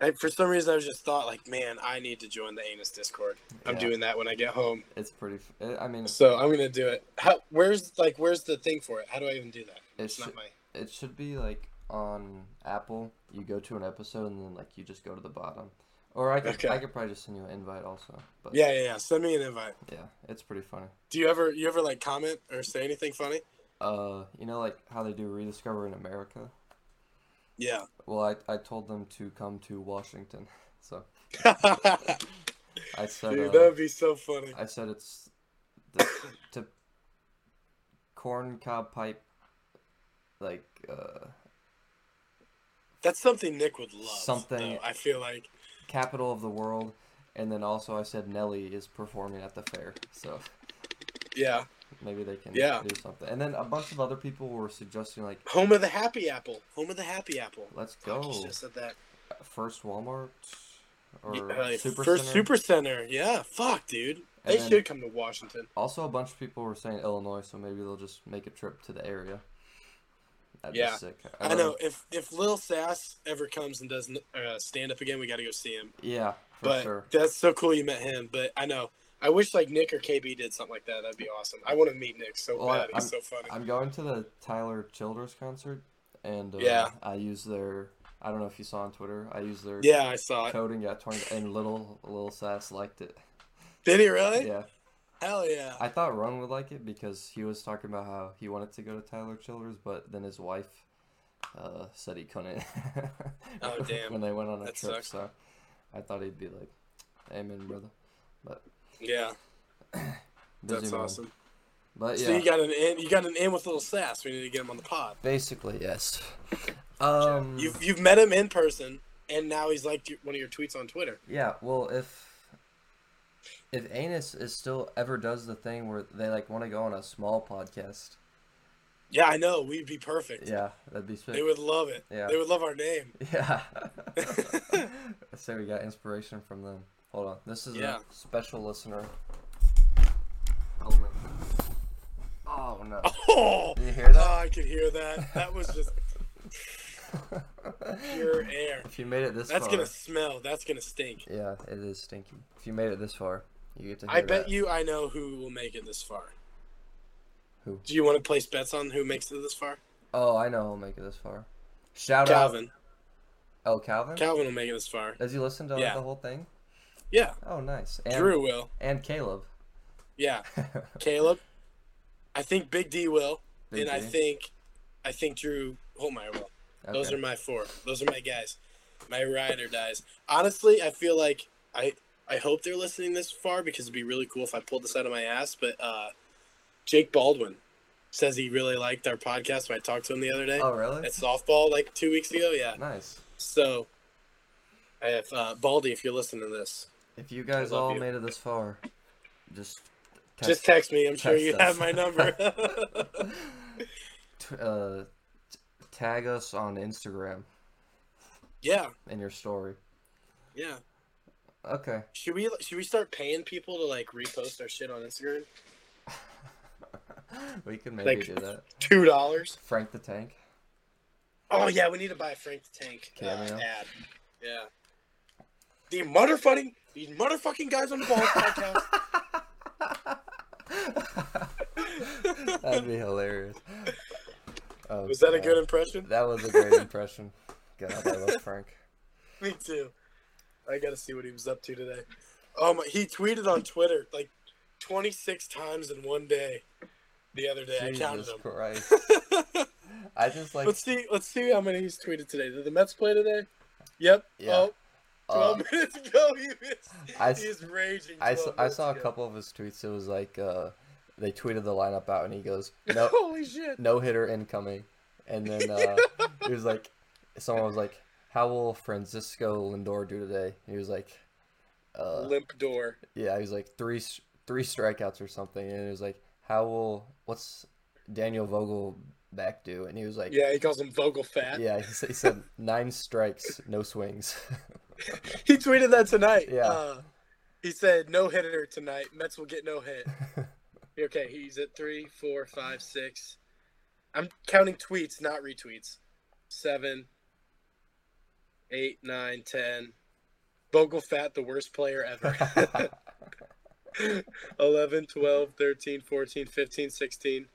B: I, for some reason I was just thought like, man, I need to join the anus Discord. I'm
A: Yeah.
B: doing that when I get home,
A: It's pretty. F- it, I mean,
B: so I'm gonna do it. How, where's like where's the thing for it? How do I even do that?
A: it,
B: It's
A: should
B: not my.
A: it should be like on Apple. You go to an episode and then like you just go to the bottom. Or I could
B: Okay.
A: I could probably just send you an invite also. But
B: Yeah, yeah, yeah. Send me an invite.
A: yeah, it's pretty funny.
B: Do you ever you ever like comment or say anything funny?
A: Uh, you know like how they do rediscover in America. *laughs*
B: Yeah.
A: Well, I I told them to come to Washington, *laughs* so I said
B: Dude,
A: uh,
B: that'd be so funny.
A: I said it's the, to corn cob pipe like uh
B: That's something Nick would love.
A: Something-
B: though, I feel like.
A: capital of the world and then also I said Nelly is performing at the fair. So
B: Yeah.
A: maybe they can
B: Yeah.
A: do something. And then a bunch of other people were suggesting like
B: Home of the happy apple. Home of the happy apple.
A: let's
B: Fuck, you
A: go
B: should've said that.
A: first Walmart or
B: Yeah,
A: Super
B: first
A: Center.
B: super center. Yeah. Fuck, dude.
A: And
B: They
A: then-
B: should come to Washington.
A: Also a bunch of people were saying Illinois, so maybe they'll just make a trip to the area. That'd
B: Yeah.
A: be sick.
B: I know. If if Lil Sass ever comes and does uh, stand up again, we got to go see him.
A: Yeah, for
B: but
A: sure.
B: that's so cool you met him. But I know. I wish like Nick or KB did something like that. That'd be awesome. I want to meet Nick so
A: Well, I-
B: bad. He's so funny.
A: I'm going to the Tyler Childers concert, and uh,
B: Yeah.
A: I use their. I don't know if you saw on Twitter. I used their
B: yeah, I saw it.
A: coding at twenty, and little little Sass liked it.
B: Did he really?
A: Yeah,
B: Hell yeah.
A: I thought Ron would like it because he was talking about how he wanted to go to Tyler Childers, but then his wife uh, said he couldn't. *laughs*
B: Oh, damn.
A: when they went on a
B: That
A: trip,
B: sucks.
A: so I thought he'd be like, "Amen, brother." But
B: yeah,
A: busy
B: that's
A: man.
B: awesome.
A: But yeah, Mm-hmm.
B: So you got an in, you got an in with Lil Sass. We need to get him on the pod.
A: basically yes. Um,
B: You've you've met him in person, and now he's liked your, one of your tweets on Twitter.
A: Yeah, well, if if Anus is still ever does the thing where they like want to go on a small podcast,
B: Yeah, I know. We'd be perfect.
A: yeah, that'd be sick.
B: They would love it.
A: Yeah.
B: They would love our name.
A: *laughs* Yeah. I say we got inspiration from them. Hold on, this is
B: Yeah.
A: a special listener. Element. Oh no!
B: *laughs* Oh,
A: Did you hear that?
B: oh, I could hear that. That was just pure air.
A: *laughs* if you made it this
B: Oh. That's
A: far,
B: gonna smell. That's gonna stink.
A: yeah, it is stinky. If you made it this far, you get to. Hear
B: I bet
A: that.
B: you I know who will make it this far.
A: Who?
B: Do you want to place bets on who makes it this far?
A: Oh, I know. I'll make it this far. Shout out.
B: Calvin.
A: Oh, Calvin.
B: Calvin will make it this far.
A: Does he listen to like,
B: Yeah.
A: the whole thing?
B: Yeah.
A: Oh, nice. And,
B: Drew will.
A: and Caleb. *laughs*
B: Yeah. Caleb. I think Big D will,
A: Big
B: and I
A: D.
B: think, I think Drew Holmeyer will. Those
A: Okay.
B: are my four. Those are my guys. My ride or dies. Honestly, I feel like I I hope they're listening this far because it'd be really cool if I pulled this out of my ass. But uh, Jake Baldwin says he really liked our podcast when I talked to him the other day
A: Oh, really?
B: at softball like two weeks ago. Yeah.
A: Nice.
B: So, if uh, Baldy, if you're listening to this,
A: If you guys
B: love
A: all
B: you.
A: made it this far, just
B: just text me. I'm sure
A: text
B: you
A: us.
B: have
A: *laughs*
B: my number. *laughs*
A: t- uh, t- tag us on Instagram
B: yeah.
A: in your story.
B: Yeah.
A: Okay.
B: Should we should we start paying people to like repost our shit on Instagram?
A: We can maybe
B: Like-
A: do that.
B: Two dollars.
A: Frank the Tank.
B: Oh yeah, we need to buy a Frank the Tank uh,
A: Cameo.
B: ad. Yeah. The motherfucking these motherfucking guys on the ball podcast.
A: *laughs* That'd be hilarious. Oh,
B: Was that a
A: God.
B: good impression?
A: That was a great impression. God, I love Frank.
B: Me too. I gotta see what he was up to today. Oh my! He tweeted on Twitter like twenty six times in one day. The other day, I counted
A: Jesus
B: *laughs* them.
A: Christ. I just like.
B: let's see. Let's see how many he's tweeted today. Did the Mets play today? Yep.
A: Yeah.
B: Oh,
A: uh,
B: 12 *laughs* minutes ago, he is,
A: I s-
B: he is raging.
A: I, s-
B: 12
A: I
B: minutes
A: saw a
B: ago. *laughs*
A: couple of his tweets. It was like, uh, they tweeted the lineup out, and he goes, "No,
B: Holy shit.
A: no hitter incoming." And then uh, he was like, someone was like, "How will Francisco Lindor do today?" And he was like, uh,
B: Limp door.
A: "Yeah." He was like three s- three strikeouts or something, and it was like, "How will what's Daniel Vogel back do?" And he was like,
B: Yeah, he calls him Vogel Fat.
A: yeah." He, said- he said nine strikes, no swings.
B: *laughs* He tweeted that tonight.
A: Yeah.
B: Uh, he said no hitter tonight. Mets will get no
A: *laughs*
B: hit. okay, he's at three, four, five, six. I'm counting tweets, not retweets. Seven, eight, nine, ten. Bogle Fat, the worst player ever. 11, 12, 13, 14, 15, 16,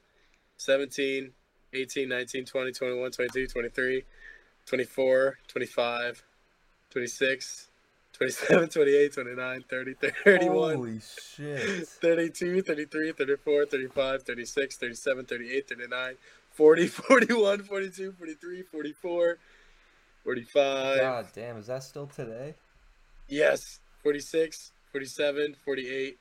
B: 17, 18, 19, 20, 21, 22, 23, 24, 25, 26, 27, 28, 29, 30, 31. *laughs*
A: Holy shit!
B: 32, 33, 34, 35, 36, 37, 38, 39, *laughs* 40, 41, 42, 43, 44, 45.
A: God damn, is that still today?
B: Yes. 46, 47, 48,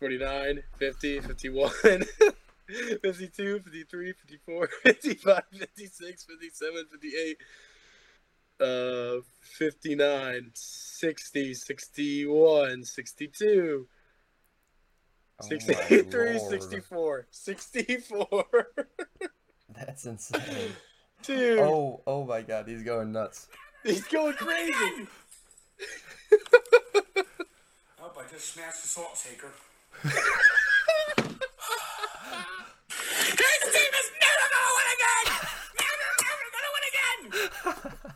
B: 49, 50, 51, *laughs* 52, 53, *laughs* 54, 55, 56, 57, 58. Uh, 59, 60, 61, 62,
A: Oh my
B: 63,
A: lord.
B: 64, 64. *laughs*
A: That's insane.
B: Dude,
A: Oh, oh my god, he's going nuts. *laughs*
B: he's going crazy.
D: Hope I just smashed the salt shaker. this team is never gonna win again! Never, ever gonna win again!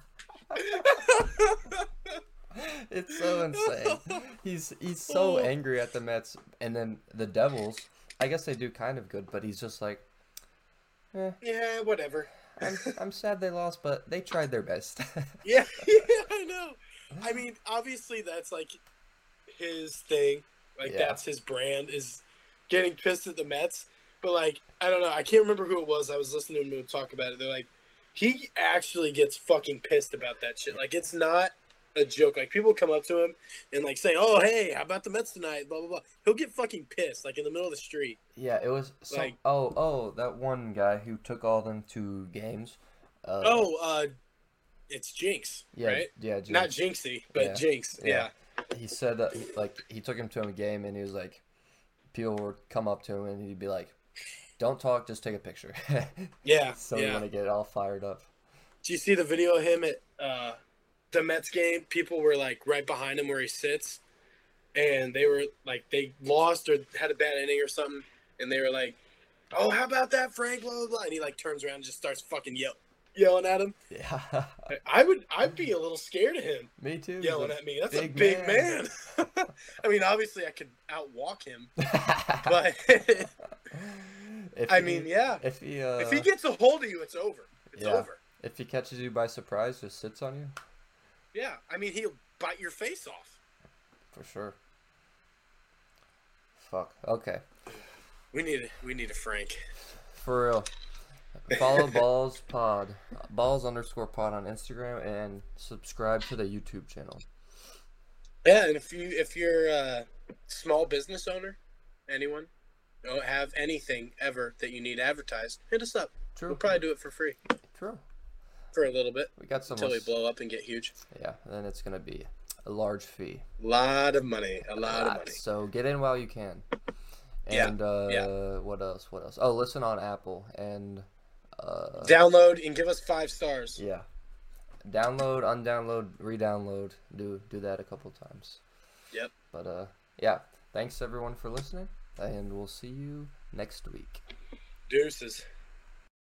A: It's so insane. He's he's so angry at the Mets and then the Devils. I guess they do kind of good, but he's just like, eh,
B: *laughs* Yeah, whatever.
A: I'm, I'm sad they lost, but they tried their best. *laughs*
B: Yeah, *laughs* yeah, I know.
A: Oh.
B: I mean, obviously that's like his thing. Like
A: Yeah.
B: that's his brand is getting pissed at the Mets. But like, I don't know. I can't remember who it was. I was listening to him talk about it. They're like, he actually gets fucking pissed about that shit. Like it's not a joke. Like people come up to him and like say, "Oh, hey, how about the Mets tonight?" Blah blah blah. He'll get fucking pissed like in the middle of the street.
A: yeah, it was so.
B: Like-
A: oh, oh, that one guy who took all them two games. Uh,
B: oh, uh, it's Jinx,
A: yeah,
B: right?
A: yeah, Jim.
B: Not Jinxie, but
A: Yeah.
B: Jinx.
A: Yeah.
B: yeah.
A: he said that he- like he took him to a game and he was like people would come up to him and he'd be like don't talk just take a picture *laughs*
B: Yeah.
A: so
B: yeah.
A: you want to get all fired up
B: Do you see the video of him at uh, the Mets game? People were like right behind him where he sits, and they were like they lost or had a bad inning or something, and they were like, "Oh, how about that, Frank?" Blah blah blah. And he like turns around and just starts fucking yell, yelling at him.
A: yeah *laughs*
B: I- I would, I'd be a little scared of him
A: me too He's
B: yelling
A: like,
B: at me. That's a
A: big
B: big
A: man.
B: man. *laughs* I mean, obviously, I could
A: *laughs*
B: outwalk him, but *laughs*
A: if
B: I
A: he-
B: mean, yeah.
A: if he uh,
B: If he gets a hold of you, it's over. It's
A: yeah.
B: over.
A: if he catches you by surprise just sits on you
B: Yeah. I mean, he'll bite your face off.
A: for sure fuck okay
B: We need, a, we need a Frank.
A: For real.
B: *laughs*
A: Follow Balls Pod, Balls underscore Pod on Instagram, and subscribe to the YouTube channel.
B: Yeah, and if you if you're a small business owner, anyone, don't have anything ever that you need advertised, hit us up.
A: True.
B: We'll probably do it for free
A: True.
B: for a little bit
A: We got some.
B: until we blow up and get huge.
A: Yeah, then it's gonna be a large fee. Ah,
B: A lot of money, a lot of money.
A: So get in while you can.
B: Yeah,
A: And uh,
B: yeah.
A: what else? What else? Oh, listen on Apple and uh,
B: Download and give us five stars.
A: yeah, download, undownload, re-download. Do do that a couple times.
B: Yep.
A: But uh, yeah. Thanks everyone for listening, and we'll see you next week.
B: Deuces.